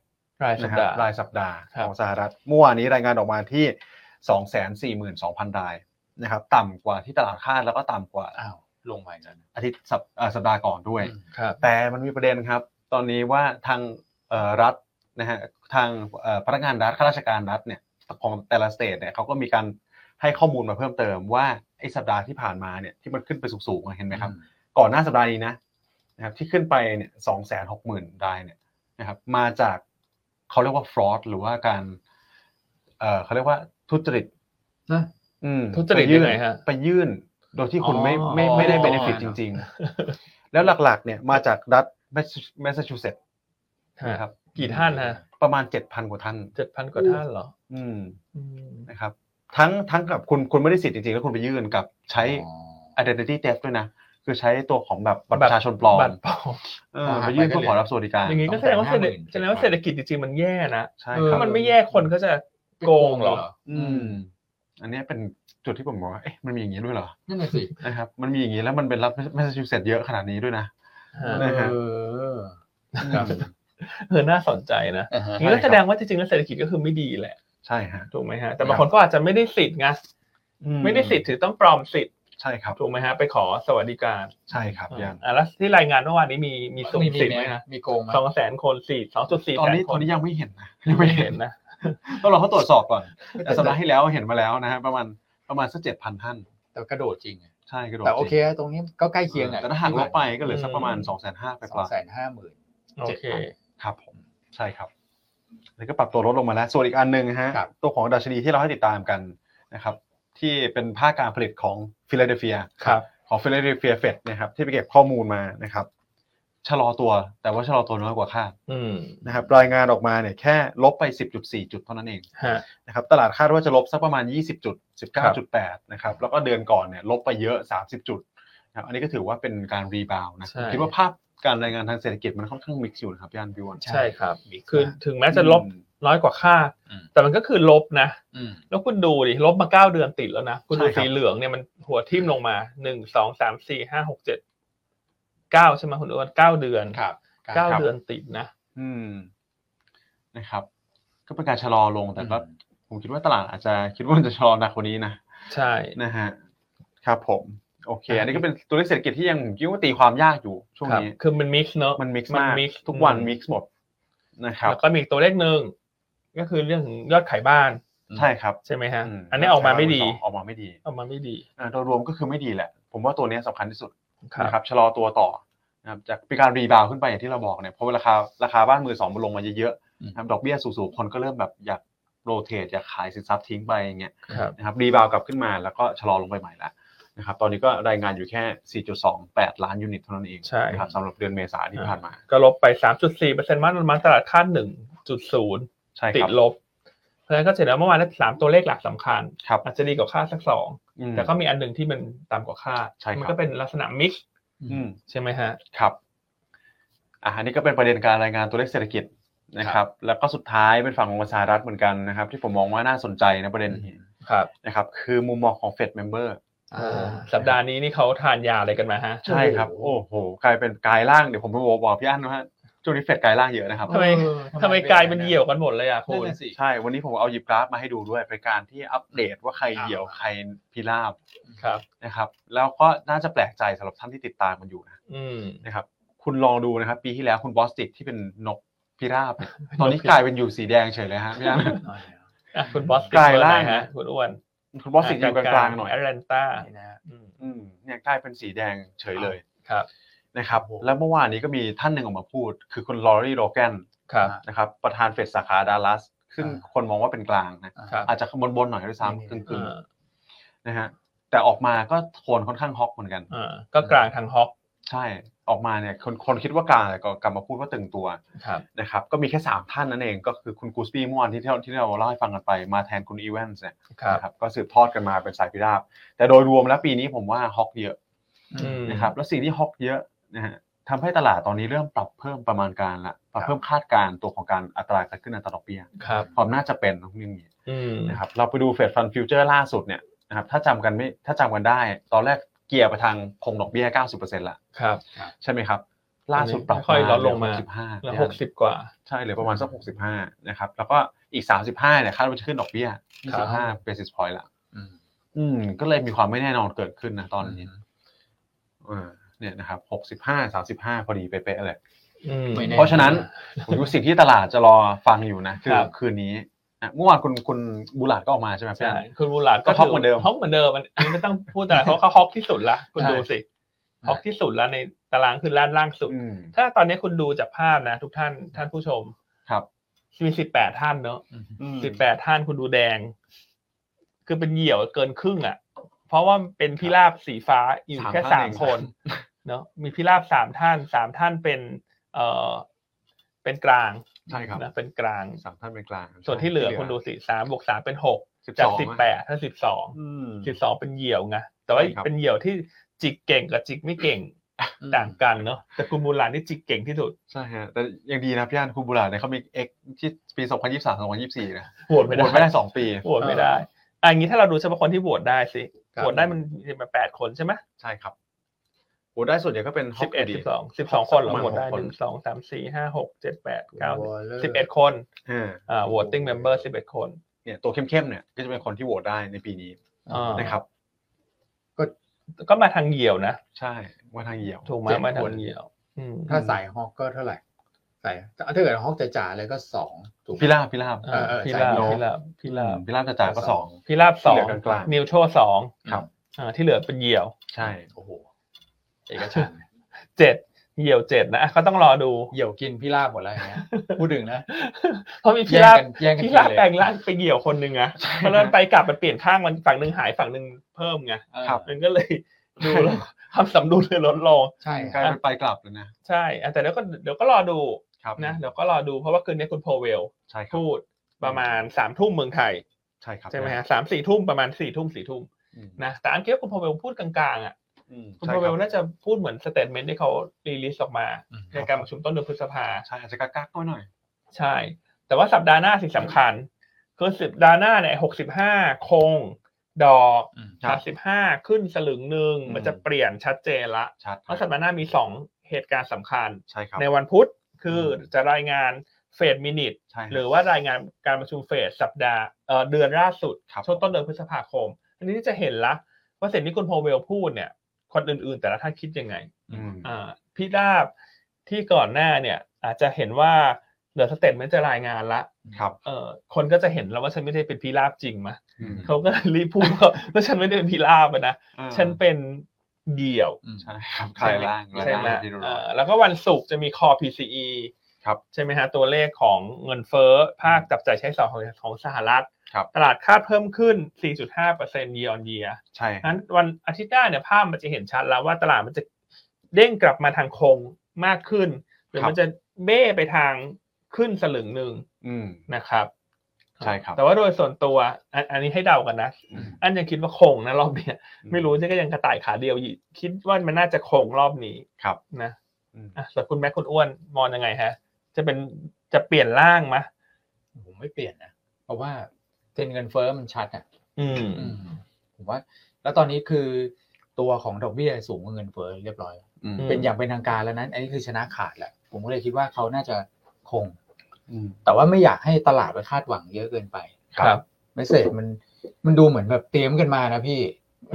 รายสัป นะครั ดา บ ห์ รายสัปดาห์ ครับ ของสหรัฐเมื่อวานนี้รายงานออกมาที่ 2 4 2 0 0 0 รายนะครับ ต่ำกว่าที่ตลาดคาดแล้วก็ต่ำกว่า อ้าว ลงไปนั้น อาทิตย์สัปเอ่อสัปดาห์ก่อนด้วย ครับ แต่มันมีประเด็นครับ ตอนนี้ว่าทางเอ่อรัฐนะฮะทางเอ่อพนักงานรัฐข้าราชการรัฐเนี่ยของแต่ละสเตทเนี่ยเขาก็มีการให้ข้อมูลมาเพิ่มเติมว่าไอ้สัปดาห์ที่ผ่านมาเนี่ยที่มันขึ้นไปสูงๆอะเห็นไหมครับ ก่อนหน้าสัปดาห์นี้นะนะครับที่ขึ้นไปเนี่ยสองแสนหกหมื่นรายเนี่ยนะครับมาจากเขาเรียกว่า fraud หรือว่าการเอ่อเขาเรียกว่าทุจริต นะ อืม ทุจริต ปยื่น ยังไงฮะ ไปยื่นโดยที่คุณไม่ อ๋อ ไม่ไม่ได้ benefit จริง ๆ แล้วหลักๆ เนี่ยมาจากรัฐแมสซาชูเซตส์นะฮะครับ กี่ท่านฮะ ประมาณ 7,000 กว่าท่าน เจ็ดพันกว่าท่านเหรอ อืม อืม นะครับ ทั้งทั้งกับคุณคุณไม่ได้สิทธิ์จริงๆ แล้วคุณไปยื่นกับใช้ อ๋อ identity theft ด้วยนะ คือใช้ตัวของแบบบัตรประชาชนปลอม บัตรปลอม เออไปยื่นเพื่อขอรับสวัสดิการ อย่างนี้ก็แสดงว่าเศรษฐ 250,000 แสดงว่าเศรษฐกิจจริงๆมันแย่นะ ใช่ เออ ครั ถ้า บ มันไม่แย่คนก็จะโกงเหรอ อืม อันเนี้ยเป็นจุดที่ผมบอกว่า เอ๊ะ มันมีอย่างนี้ด้วยเหรอ นั่นน่ะสิ นะครับ มันมีอย่างนี้แล้วมันเป็นรับแมสซาชูเซตส์เยอะขนาดนี้ด้วยนะ ฮะ นะฮะ เออ ครับ เออน่าสนใจนะ อ่าฮะ อย่างนี้ก็แสดงว่าจริงๆแล้วเศรษฐกิจก็คือไม่ดีแหละ ใช่ฮะ ถูกไหมฮะแต่บางคนก็อาจจะไม่ได้สิทธิ์ไง อื ไม่ได้สิทธิ์ถือต้องปลอมสิทธิ์ ใช่ครับ ถูกไหมฮะไปขอสวัสดิการ ใช่ครับยัน อ่าแล้วที่รายงานเมื่อวานนี้มีมีสุ่มสิทธิ์ไหมฮะ มีโกงไหม สองแสนคนสี่สองจุดสี่ ตอน แสน นี้ ค ตอน น นี้ยังไม่เห็นนะยังไม่เห็ เห็ น น นะ นะ ต้องรอเขาตรวจสอบก่อน แต่สัปดาห์ที่แล้วเห็นมาแล้วนะฮะประมาณประมาณสักเจ็ดพันท่าน แต่กระโดดจริงอะ ใช่กระโดด แต่โอเค จริง ตรงนี้ก็ใกล้เคียงอะ แต่ถ้าหากลบไปก็เหลือสักประมาณสองแสนห้าไป สอกง ว่า แสนห้าหมื่น โอเค ครับผมใช่ครับแล้วก็ปรับตัวลดลงมาแล้ว ส่วนอีกอันหนึ่งฮะ ครับ ตัวของดัชนีที่เราให้ติดตามกันนะครับ ที่เป็นภาคการผลิตของฟิลาเดลเฟีย ครับ ของฟิลาเดลเฟียเฟดนะครับที่ไปเก็บข้อมูลมานะครับชะลอตัวแต่ว่าชะลอตัวน้อยกว่าคาด อืม นะครับรายงานออกมาเนี่ยแค่ลบไป 10.4 จุดเท่านั้นเอง ฮะ นะครับตลาดคาดว่าจะลบสักประมาณ 20 จุด ครับ 19.8 นะครับ แล้วก็เดือนก่อนเนี่ยลบไปเยอะ 30 จุดนะครับอันนี้ก็ถือว่าเป็นการรีบาวด์นะ ใช่ คิดว่าภาพการรายงานทางเศรษฐกิจมันค่อนข้างมิกซ์อยู่นะครับย่านบิวอน ใช่ครับ คือถึงแม้จะลบ อืม น้อยกว่าคาด อืม แต่มันก็คือลบนะ อืม แล้วคุณดูดิลบมาเก้าเดือนติดแล้วนะ คุณดู ใช่ครับ สีเหลืองเนี่ยมันหัวทิ่มลงมาหนึ่งสองสามสี่ห้าหกเจ็ดเก้าใช่ไหมคุณอ้วนเก้าเดือน ครับ เก้าเดือนติดนะ อืมนะครับ ก็เป็นการชะลอลงแต่ก็ อืม ผมคิดว่าตลาดอาจจะคิดว่ามันจะชะลอหนักกว่านี้นะ ใช่ นะฮะครับผม โอเค อันนี้ก็เป็นตัวเลขเศรษฐกิจที่ยังผมคิดว่าตีความยากอยู่ช่วง ครับ นี้ คือมันมิกซ์เนอะ มันมิกซ์ มัน มาก mix ทุกวัน อืม มิกซ์หมดนะครับ แล้วก็มีอีกตัวเลขหนึ่งก็คือเรื่องของยอดขายบ้าน ใช่ครับ ใช่ไหมฮะ อืม อันนี้ออกมาไม่ดี ออกมาไม่ดี ออกมาไม่ดี อ่าโดยรวมก็คือไม่ดีแหละ ผมว่าตัวเนี้ยสำคัญที่สุด ครับ นะครับชะลอตัวต่อนะครับจากปีการรีบาวขึ้นไปอย่างที่เราบอกเนี่ยเพราะว่าราคาราคาบ้านมือสองมันลงมาเยอะ อืม ๆนะครับดอกเบี้ยสูงๆคนก็เริ่มแบบอยากโรเตทอยากขายสินทรัพย์ทิ้งไปอย่างเงี้ย ครับ นะครับรีบาวกลับขึ้นมาแล้วก็ชะลอลงไปใหม่ละนะครับตอนนี้ก็รายงานอยู่แค่ 4.28 ล้านยูนิตเท่านั้นเอง ใช่ นะครับสำหรับเดือนเมษาที่ผ่านมา ก็ลบไปสามจุดสี่เปอร์เซ็นต์มันมันตลาดคาดหนึ่งจุดศูนย์ ใช่ ติ ครั ด บ ลบ เพราะฉะนั้นก็จะเห็นว่าเมื่อวานนั้นสามตัวเลขหลักสำคัญ ครับ อาจจะดีกว่าคาดสักสอง อืม แต่ก็มีอันหนึ่งที่มันต่ำกว่าคาด ใช่ครับ มัก็เป็นลักษณะมิกซ์ อืม ใช่ไหมฮะ ครับอ่ะอันนี้ก็เป็นประเด็นการรายงานตัวเลขเศรษฐกิจนะครับ แล้วก็สุดท้ายเป็นฝั่งของสหรัฐเหมือนกันนะครับ ที่ผมมองว่าน่าสนใจนะประเด็นนี้ ครับ นะครับ คือมุมมองของเฟดเมมเบอร์ อ่า สัปดาห์นี้นี่เขาทานยาอะไรกันมาฮะ ใช่ครับ โอ้โห โอ้โห กลายเป็นกายร่าง เดี๋ยวผมไปบอกบอกพี่อั้นนะฮะช่วงนี้เฟดกายร่างเยอะนะครับ ทำไม เออ ทำไมกลายเป็นเหี่ยวกันหมดเลยอ่ะคุ นั่น ณ น่ะสิ ใช่ วันนี้ผมเอาหยิบกราฟมาให้ดูด้วย เป็นการที่อัปเดตว่าใคร อ่า เหี่ยวใครพิราบ ครับ นะครับ แล้วก็น่าจะแปลกใจสำหรับท่านที่ติดตามมันอยู่นะ อืม นะครับ คุณลองดูนะครับ ปีที่แล้วคุณบอสติกที่เป็นนกพิราบเนี่ยตอนนี้กลายเป็นอยู่สีแดงเฉยเลยฮะพี่ อั้น หน่อยนะ อ่ะคุณบอส กลายร่าง เบอไหนฮะคุณอ้วน คุณบอสสิงห์อยู่กลางๆหน่อย แอตแลนตา นี่นะ อืมเนี่ยกลายเป็นสีแดงเฉยเลย ครับ นะครับ โอ้โห แล้วเมื่อวานนี้ก็มีท่านหนึ่งออกมาพูด คือคุณลอรีโรแกน ครับ นะครับ ประธานเฟดสาขาดัลลัส ซึ่ง อ่า คนมองว่าเป็นกลางนะ อ่า ครับ อาจจะขบวนบนหน่อยด้วย นี่ ซ้ำกึ นี่ ่ง อ่า ๆนะฮะ แต่ออกมาก็โทนค่อนข้างฮอกเหมือนกัน อ่าก็กลางทางฮอก ใช่ ออกมาเนี่ยคนคนคิดว่ากลางแต่ก็กลับมาพูดว่าตึงตัว ครับ นะครับ ก็มีแค่ 3 ท่านนั่นเอง ก็คือคุณกูสปี้เมื่อวานที่ที่เราที่เราเล่าให้ฟังกันไป มาแทนคุณอีเวนส์เนี่ย ครับ นะครับ ก็สืบทอดกันมาเป็นสายพิราบ แต่โดยรวมแล้วปีนี้ผมว่าฮอกเยอะ อืม นะครับแล้วสิ่งที่ฮอกเยอะนะฮะทำให้ตลาดตอนนี้เริ่มปรับเพิ่มประมาณการละปรับเพิ่มคาดการณ์ตัวของการอัตราการขึ้นอัตราดอกเบี้ย ครับ ความน่าจะเป็นของเรื่องนี้ อืม นะครับเราไปดูเฟดฟันฟิวเจอร์ล่าสุดเนี่ยนะครับถ้าจำกันไม่ถ้าจำกันได้ ตอนแรกเกียร์ไปทางคงดอกเบี้ย 90%ละ ครับ ใช่ไหมครับ ล่าสุดปรับ ค่อยลดลงมา 65 แล้วหกสิบกว่า ใช่เหลือประมาณสัก65นะครับแล้วก็อีก 35เนี่ยคาดว่าจะขึ้นดอกเบี้ย ครับ 25 basis point ละ อืม อืมก็เลยมีความไม่แน่นอนเกิดขึ้นนะตอนนี้ อืม เออเนี่ยนะครับหกสิบห้าสามสิบห้าพอดีเป๊ะๆเลย อืม ไม่แน่ เพราะฉะนั้น ผมรู้สิ่งที่ตลาดจะรอฟังอยู่นะ คือ ครับ คืนนี้นะเมื่อวานคุณคุณบูหลาดก็ออกมาใช่ไหมพี่ ใช่ อัน คุณบูหลาด ก็ท็อปเหมือนเดิม ท็อปเหมือนเดิมอันอันนี้ไม่ต้องพูดแต่เขาเขาฮอกที่สุดละคุณ ใช่ ดูสิฮอกที่สุดละในตารางคือล่างล่างสุด อืม ถ้าตอนนี้คุณดูจากภาพนะ ทุกท่านท่านผู้ชม ครับ มีสิบแปดท่านเนอะ อืม สิบแปดท่านคุณดูแดง คือเป็นเหยี่ยวเกินครึ่งอ่ะ เพราะว่าเป็นพิราบสีฟ้าอยู่แค่สามคน เนอะมีพิราบสามท่านสามท่านเป็น เอ่อเป็นกลาง ใช่ครับ นะเป็นกลาง สามท่านเป็นกลาง ส่วนที่เหลือคุณดูสิสามบวกสามเป็นหก สิบ จา ส ก อง สิบแปดถ้าสิบสอง อืม สิบสองเป็นเหยี่ยวไงแต่ว่า ใช่ครับ เป็นเหยี่ยวที่จิกเก่งกับจิกไม่เก่งต่างกันเนาะแต่คุณมูลานนี่จิกเก่งที่สุด ใช่ฮะแต่ยังดีนะพี่อันคุณบูหลาดเนี่ยเขามีเอ็กที่ปีสองพันยี่สิบสามสองพันยี่สิบสี่นะ โหวต โห ไม่ ว ได้ ตไม่ได้สองปี โหวตไม่ได้อ่ะอย่างนี้ถ้าเราดูเฉพาะคนที่โหวตได้สิ ครับ โหวตได้มันมีมาแปดคนใช่ไหม ใช่ครับโหวตได้ส่วนใหญ่ก็เป็นฮ สิ อบ ก เอ็ด ดี สิบสองสิบสองคนเหรา ประมาณ โหวตได้ หกคน หนึ่งสองสามสี่ห้าหกเจ็ดแปดเก้า คุณวอลลร์ สิบเอ็ดคน เออ อ่าโหวตติ้งเมมเบอร์สิบเอ็ดคน เนี่ยตัวเข้มๆเนี่ยก็จะเป็นคนที่โหวตได้ในปีนี้ อ่า นะครับ ก็มาทางเหยี่ยวนะ ใช่ว่าทางเหี่ยว ถูกไหม เจ็ด มาทา คน งเหยี่ยวอืม ถ้าสายฮอกก็เท่าไหร่สายถ้าเกิดฮอกจ๋าๆเลยก็สองถูกไหม พิลาบพิลาบ อ่า เออ พิ ใช่ ราบ เนอะ พิราบพิราบ พิลาบจะจ่ายก็สอง พิราบสอ ที่ ง เหลือกลางๆ นิวโชว์สอง ครับ อ่าที่เหลือเป็นเหยี่ยว ใช่ โอ้โหเอกฉันท์ เจ็ดเหี่ยวเจ็ดนะอ่ะก็ต้องรอดู เหี่ยวกินพี่ลาบหมดแล้วอย่างเงี้ยพูดถึงนะ เพราะมีพิราบ แย่งกัน พิ แย่ ราง บ กันกิแปลงนเลย ร่างไปเหี่ยวคนหนึ่งอะเพราะเริ่ไปกลับมันเปลี่ยนข้างมันฝั่งหนึ่งหายฝั่งหนึ่งเพิ่มไง เออ มันก็เลยดูแล้ว ความสำดุลเลยลดลง ใช่ กลายเป็นไปกลับเลยนะ ใช่อ่ะแต่เดี๋ยวก็เดี๋ยวก็รอดู ครับ นะเดี๋ยวก็รอดูเพราะว่าคืนนี้คุณโพเวล ใช่ครับ พูดประมาณสามทุ่มเมืองไทย ใช่ครับ ใช่ไหมฮะสามสี่ทุ่มประมาณสี่ทุ่มสี่ทุ่ม อืม นะแต่อันเกี่ยวคุณโพเวลพูดกลางๆอ่ะ อืม คุณ ใช่ โพ ค เว รัลบน่าจะพูดเหมือนสเตทเมนต์ที่เขารีลิสออกมา อืม ในการประชุมต้นเดือนพฤษภา ใช่อาจจะกักกักๆก็หน่อย ใช่ แต่ว่าสัปดาห์หน้าสิ่งสำคัญ คือสัปดาห์หน้าเนี่ยหกสิบห้าคง ดอก อืม คสารับ มสิบห้าขึ้นสลึงหนึ่ง อืม มันจะเปลี่ยนชัดเจนละ ชัด เพราะสัปดาห์หน้ามีสองเหตุการณ์สำคัญ ใช่ครับ ในวันพุธคือจะรายงานเฟดมินิท ใช่ครับ หรือว่ารายงานการประชุมเฟดสัปดาห์เอ่อเดือนล่าสุด ครับ ช่วงต้นเดือนพฤษภาคม อันนี้จะเห็นละว่าเสร็จที่คุณโพเวลพูดเนี่ย คนอื่นๆ แต่ละท่านคิดยังไง อืม อ่าพิราบที่ก่อนหน้าเนี่ย อาจจะเห็นว่าเหลือสเตทเมนต์จะรายงานละ ครับ เออคนก็จะเห็นแล้วว่าฉันไม่ได้เป็นพิราบจริงมะ อืม เขาก็รีบพูดว่า ว่าฉันไม่ได้เป็นพิราบอะนะ เออ ฉันเป็นเดี่ยว อืม ใช่ครับใช่ล่าง ใช่ไหม ล่างที่ดู เอ ร้ออนแล้วก็วันศุกร์จะมีคอ PCE ครับ ใช่ไหมฮะตัวเลขของเงินเฟ้อภาคจับจ่ายใช้สอยของของสหรัฐ ครับ ตลาดคาดเพิ่มขึ้น 4.5% year on year ใช่ นั้นวันอาทิตย์หน้าเนี่ยภาพมันจะเห็นชัดแล้วว่าตลาดมันจะเด้งกลับมาทางคงมากขึ้น หรือมันจะเบ้ไปทางขึ้นสลึงหนึ่ง อืม นะครับ ใช่ครับ แต่ว่าโดยส่วนตัวอันอันนี้ให้เดากันนะ อืม อันยังคิดว่าคงนะรอบเนี้ยไม่รู้จะก็ยังกระต่ายขาเดียวอยู่คิดว่ามันน่าจะคงรอบนี้ ครับ นะ อืม อ่ะส่วนคุณแม็กคุณอ้วนมองยังไงฮะ จะเป็นจะเปลี่ยนร่างมะ ผมไม่เปลี่ยนนะ เพราะว่าเทรนด์เงินเฟ้อมันชัดอ่ะ อืม ผมว่า แล้วตอนนี้คือตัวของดอกเบี้ยสูงกว่าเงินเฟ้อเรียบร้อยแล้ว อืม ม เป็นอย่างเป็นทางการแล้วนั้น อันนี้คือชนะขาดแหละผมก็เลยคิดว่าเขาน่าจะคง อืม แต่ว่าไม่อยากให้ตลาดไปคาดหวังเยอะเกินไป ครับ เมสเซจมันมันดูเหมือนแบบเตรียมกันมานะพี่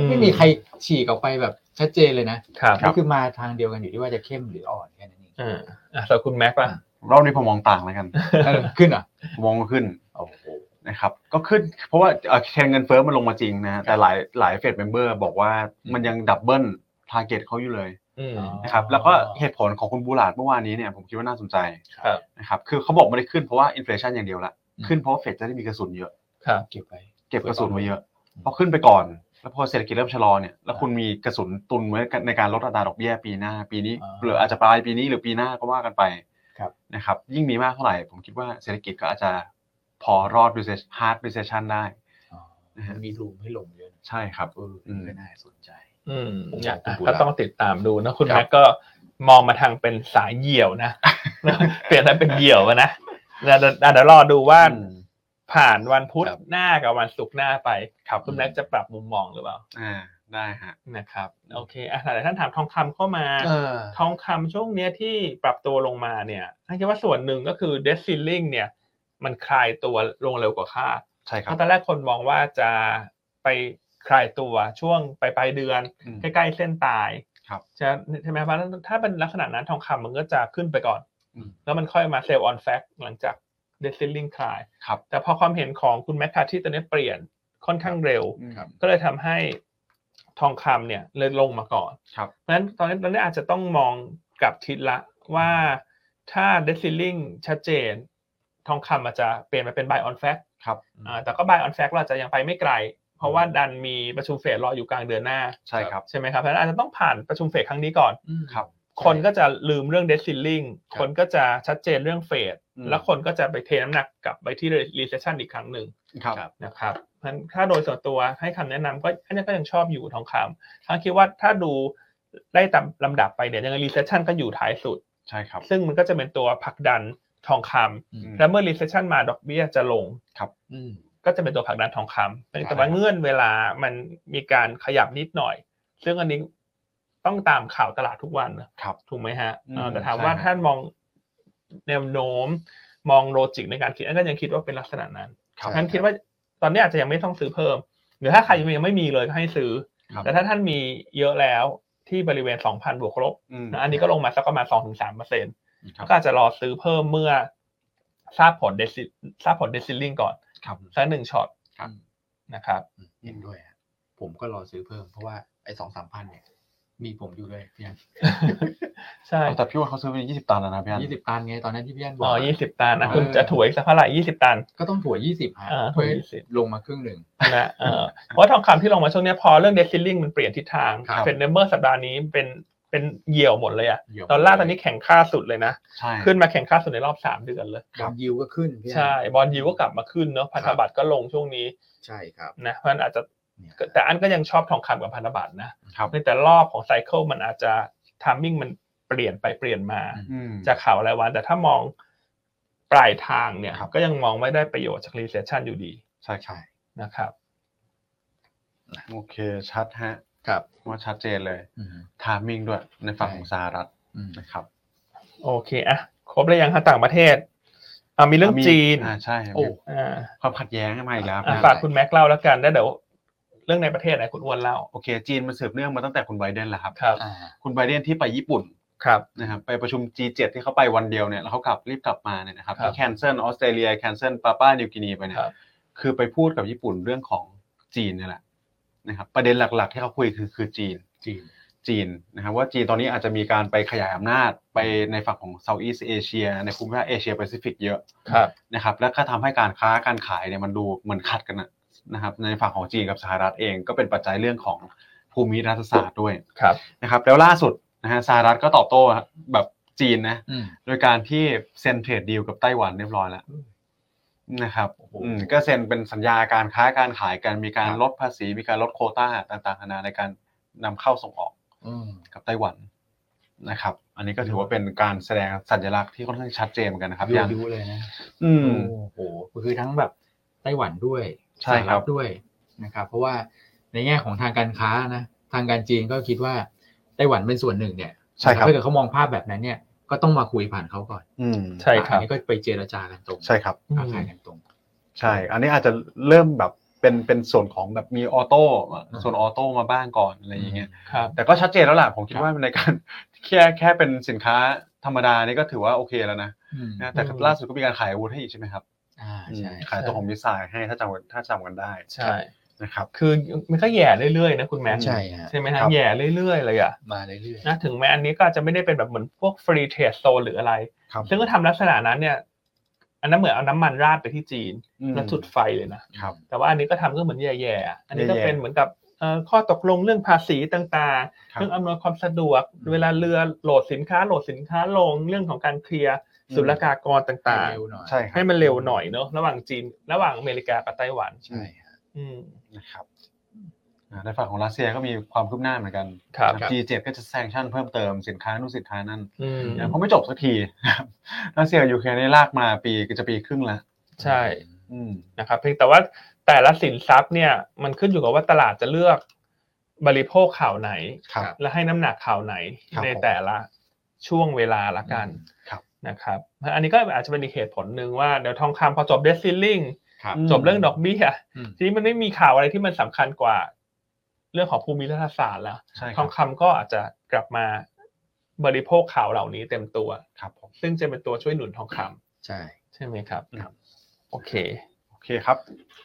ไม่มีใครฉีกออกไปแบบชัดเจนเลยนะครับ นี่คือมาทางเดียวกันอยู่ที่ว่าจะเข้มหรืออ่อนแค่นั้นเอง อ่าอ่ะส่วนคุณแม็กล่ะ รอบนี้ผมมองต่างแล้วกัน เออขึ้นเหรอ่ะ มองขึ้น โอ้โห นะครับก็ขึ้นเพราะว่าเอ่อเทรนด์เงินเฟ้อมันลงมาจริงนะแต่หลายหลายเฟดเมมเบอร์บอกว่ามันยังดับเบิลทาร์เก็ตเขาอยู่เลย อืม นะครับแล้วก็เหตุผลของคุณบูหลาดเมื่อวานนี้เนี่ยผมคิดว่าน่าสนใจ ครับ นะครับคือเขาบอกไม่ได้ขึ้นเพราะว่าอินฟลชันอย่างเดียวละ อืม ขึ้นเพราะว่าเฟดจะได้มีกระสุนเยอะ ครับ เก็บไว้ เก็บกระสุนไว้เยอะ อืม พอขึ้นไปก่อน แล้วพอเศรษฐกิจเริ่มชะลอเนี่ยแล้วคุณมีกระสุนตุนไว้ในการลดอัตราดอกเบี้ยปีหน้า ปีนี้หรืออาจจะปลายปีนี้หรือปีหน้าก็ว่ากันไปนะครับยิ่งมีมากเท่าไหร่ผมคิดว่าเศรษฐกิจก็อาจจะพอรอด recession hard recession ได้ อ๋อมันมีรูมให้ลงเยอะนะ ใช่ครับ เอออ ม ก็น่าสนใจ อืม ผม เนี่ย ผมพูด ก็ แล้ว ต้องติดตามดูนะคุณ ครับ แม็กก็มองมาทางเป็นสายเหยี่ยวนะ เปลี่ยนมาเป็นเหยี่ยวอะนะเดี๋ยวเดี๋ยวเดี๋ยวรอดูว่า อืม ผ่านวันพุธ ครับ หน้ากับวันศุกร์หน้าไป ครับ คุณแม็กจะปรับมุมมองหรือเปล่า อ่าได้ฮะ นะครับ โอเคอ่ะหลายท่านถามทองคำเข้ามา เออ ทองคำช่วงเนี้ยที่ปรับตัวลงมาเนี่ยท่านคิดว่าส่วนหนึ่งก็คือเดซซิลลิงเนี่ย มันคลายตัวลงเร็วกว่าคาด ใช่ค เพ รับ ราะตอนแรกคนมองว่าจะไปคลายตัวช่วงปลายปลายเดือน อืม ใกล้ๆเส้นตาย ครับ จะใช่ไหมเพราะฉะนั้นถ้าเป็นลักษณะนั้นทองคำมันก็จะขึ้นไปก่อน อืม แล้วมันค่อยมาเซลล์ออนแฟกหลังจากเดซิลลิงคลาย ครับ แต่พอความเห็นของคุณแมคคาที่ตอนนี้เปลี่ยนค่อนข้างเร็ว ครับ ก็เลยทำให้ทองคำเนี่ยเลยลงมาก่อน ครับ เพราะฉะนั้นตอนนี้เราเนี่ยอาจจะต้องมองกลับทิศละว่าถ้าเดซิลลิงชัดเจน ทองคำอาจจะเปลี่ยนมาเป็น buy on fact ครับ อ่าแต่ก็ buy on fact เราอาจจะยังไปไม่ไกล เพราะว่าดันมีประชุมเฟดรออยู่กลางเดือนหน้า ใช่ครับ ใช่ไหมครับเพราะฉะนั้นอาจจะต้องผ่านประชุมเฟดครั้งนี้ก่อน อืม ครับ คนก็จะลืมเรื่องเดซิลลิง ครับ คนก็จะชัดเจนเรื่องเฟด อืม แล้วคนก็จะไปเทน้ำหนักกลับไปที่ recession อีกครั้งหนึ่ง ครับ ครับ นะครับเพราะฉะนั้นถ้าโดยส่วนตัวให้คำแนะนำก็อันนี้ก็ยังชอบอยู่ทองคำทั้งคิดว่าถ้าดูไล่ตามลำดับไปเนี่ยยังไง recession ก็อยู่ท้ายสุด ใช่ครับ ซึ่งมันก็จะเป็นตัวผลักดันทองคำ อืม และเมื่อ recession มาดอกเบี้ยจะลง อืม ก็จะเป็นตัวผลักดันทองคำแต่แต่ว่า ใช่ เงื่อนเวลามันมีการขยับนิดหน่อย ซึ่งอันนี้ต้องตามข่าวตลาดทุกวันนะครับ ถูกไหมฮะ อืม เอ่อแต่ถาม ใช่ ว่า ครับ ท่านมองแนวโน้มมองโลจิกในการคิดอันก็ยังคิดว่าเป็นลักษณะนั้น ครับ ท่านคิดว่าตอนนี้อาจจะยังไม่ต้องซื้อเพิ่ม หรือถ้าใครยังไม่มีเลยก็ให้ซื้อ ครับ แต่ถ้าท่านมีเยอะแล้วที่บริเวณ 2,000 บวกลบ ม นะอันนี้ก็ลงมาสักประมาณ 2-3เปอร์เซ็นต์ ครับ ก็อาจจะรอซื้อเพิ่มเมื่อทราบผลเดซิทราบผลเดซิลลิงก่อน ครับ สักหนึ่งช็อต ครับ นะครับ เห็นด้วยฮะผมก็รอซื้อเพิ่มเพราะว่าไอ้สองสามพันเนี่ย มีผมอยู่ด้วยพี่อัน ใช่ เอาแต่พี่อ้วันเขาซื้อไปยี่สิบตันแล้วนะพี่อัน ยี่สิบตันไงตอนนั้นที่พี่อันบอ อ๋ ก อ20 ตันนะ เออ คุณจะถัวอีกสักเท่าไหร่ 20 ตัน ก็ต้องถั่วยี่สิบฮะ อ่าถั่ เพื่ ว อ 20 ลงมาครึ่งหนึ่ง นะเออเพราะทองคำที่ลงมาช่วงเนี้ยพอเรื่องเดซิลลิงมันเปลี่ยนทิศทาง ครับ เฟดเนมเบอร์สัปดาห์นี้เป็นเป็นเหยี่ยวหมดเลยอะ เหยี่ยว ดอลลาร์ตอนนี้แข็งค่าสุดเลยนะ ใช่ ขึ้นมาแข่งค่าสุดในรอบสามเดือนเลย บอลยิวก็ขึ้นพี่อัน ใช่บอลยูก็กลับมาขึ้นเนาะพันธบัตรก็ลงช่วงนี้ ใช่ครับ นะเพราะฉะนั้นอาจจะ เนี่ย แต่อันก็ยังชอบทองคำกับพันธบัตรนะครับ เพียงแต่รอบของไซเคิลมันอาจจะทามมิ่งมันเปลี่ยนไปเปลี่ยนมา อืม จากข่าวรายวัน แต่ถ้ามองปลายทางเนี่ย ครับ ก็ยังมองไม่ได้ประโยชน์จากรีเซชชันอยู่ดี ใช่ครับ ใช่ นะครับ โอเคชัดฮะ ครับ ว่าชัดเจนเลย อืม ทามมิ่งด้วยในฝั่งของสหรัฐ อืม นะครับ โอเคอะครบแล้วยังฮะต่างประเทศอ่ะมีเรื่อง มี จีน อ่าใช่ โอ้ อ่า ความขัดแย้งมาอีกแล้ว อ่ะ นะ ฝากคุณแม็กเล่าแล้วกันแล้วเดี๋ยวเรื่องในประเทศไหนคุณอ้วนเล่า โอเค จีนมันสืบเนื่องมาตั้งแต่คุณไบเดนแหละครับ ครับ อ่า คุณไบเดนที่ไปญี่ปุ่น ครับ นะครับไปประชุม G7 ที่เขาไปวันเดียวเนี่ยแล้วเขากลับรีบกลับมาเนี่ยนะครับ ครับ ที่แคนเซิลออสเตรเลียแคนเซิลปาป้านิวกินีไปเนี่ย ครับ คือไปพูดกับญี่ปุ่นเรื่องของจีนเนี่ยแหละนะครับประเด็นหลักๆ ที่เขาคุยคือคือจีน จีน จีนนะครับว่าจีนตอนนี้อาจจะมีการไปขยายอำนาจไปในฝั่งของเซาท์อีสเอเชียในภูมิภาคเอเชียแปซิฟิกเยอะ ครับ นะครับและก็ทำให้การค้าการขายเนี่ยมันดูเหมือนขัดกันนะนะครับในฝั่งของจีนกับสหรัฐเอง ก็เป็นปัจจัยเรื่องของภูมิรัฐศาสตร์ด้วย ครับ นะครับแล้วล่าสุดนะฮะสหรัฐก็ตอบโต้แบบจีนนะ อืม โดยการที่เซ็นเทรดดีลกับไต้หวันเรียบร้อยแล้วนะครับ โอ้โห อืมก็เซ็นเป็นสัญญาการค้าการขายกันมีการ ครับ ลดภาษี มีการลดโควต้าต่างๆนานาในการนำเข้าส่งออก อืม กับไต้หวันนะครับ อันนี้ก็ถือว่าเป็นการแสดงสัญลักษณ์ที่ค่อนข้างชัดเจนเหมือนกันนะครับ ยู ยัง ยูเลยนะ อืม โอ้โหคือทั้งแบบไต้หวันด้วย ใช่ครับ สหฐด้วยนะครับ เพราะว่าในแง่ของทางการค้านะทางการจีนก็คิดว่าไต้หวันเป็นส่วนหนึ่งเนี่ย ใช่ครับ ถ้าเกิดเขามองภาพแบบนั้นเนี่ย ก็ต้องมาคุยผ่านเขาก่อน อืม ใช่ครับ อันนี้ก็ไปเจรจากันตรง ใช่ครับ อาขายกันตรง ใช่ อันนี้อาจจะเริ่มแบบเป็นเป็นส่วนของแบบมีออโต้ อืม ส่วนออโต้มาบ้างก่อนอะไรอย่างเงี้ย ครับ แต่ก็ชัดเจนแล้วล่ะผมคิด ครับ ว่าในการ แค่แค่เป็นสินค้าธรรมดานี่ก็ถือว่าโอเคแล้วนะ อืม นะแต่ อืม ล่าสุดก็มีการขายอาวุธให้อีกใช่ไหมครับ อ่าใช่ ขายตัวของมิสไซล์ให้ถ้าจำถ้าจำกันได้ ใช่ นะครับ คือมันก็แย่เรื่อยๆนะคุณแม่ ใช่ฮะ ใช่ไหม ครั ฮะ บ แย่เรื่อยๆเลยอ่ะ มาเรื่อยๆ นะถึงแม้อันนี้ก็อาจจะไม่ได้เป็นแบบเหมือนพวกฟรีเทรดโซนหรืออะไร ครับ ซึ่งก็ทำลักษณะนั้นเนี่ย อันนั้นเหมือนเอาน้ำมันราดไปที่จีน อืม แล้วจุดไฟเลยนะครับ แต่ว่าอันนี้ก็ทำก็เหมือนแย่ๆอะอันนี้ก็ แย่ๆ เป็นเหมือนกับเอ่อข้อตกลงเรื่องภาษีต่างๆครับ เรื่องอำนวยความสะดวก เวลาเรือโหลดสินค้าโหลดสินค้าลงเรื่องของการเคลียร์ศุลกากรต่าง เร็วหน่อย ใช่ๆครับ ให้มันเร็วหน่อยเนอะระหว่างจีน ระหว่างอเมริกากับไต้หวัน ใช่ฮะ อืม นะครับอ่าในฝั่งของรัสเซียก็มีความคืบหน้าเหมือนกัน ครับ G7 ก็จะแซงชั่นเพิ่มเติมสินค้านู่นสินค้านั่น อืม ยังเขาไม่จบสักทีนะครับ รัสเซียกับยูเครนนี่ลากมาปีก็จะปีครึ่งแล้ว ใช่ อืม นะครับ เพียงแต่ว่าแต่ละสินทรัพย์เนี่ย มันขึ้นอยู่กับว่าตลาดจะเลือกบริโภคข่าวไหน ครับ และให้น้ำหนักข่าวไหน ครับ ใน ผม แต่ละช่วงเวลาละกัน ครับ นะครับ อันนี้ก็อาจจะเป็นอีกเหตุผลหนึ่งว่าเดี๋ยวทองคำพอจบเดซิลลิง ครับ จบเรื่องดอกเบี้ย อืม ทีนี้มันไม่มีข่าวอะไรที่มันสำคัญกว่า เรื่องของภูมิรัฐศาสตร์แล้ว ใช่ ทอง ค คำก็อาจจะกลับมาบริโภคข่าวเหล่านี้เต็มตัว รับผม ซึ่งจะเป็นตัวช่วยหนุนทองคำ ใช่ ใช่ไหมครับ โอเค โอเคครับ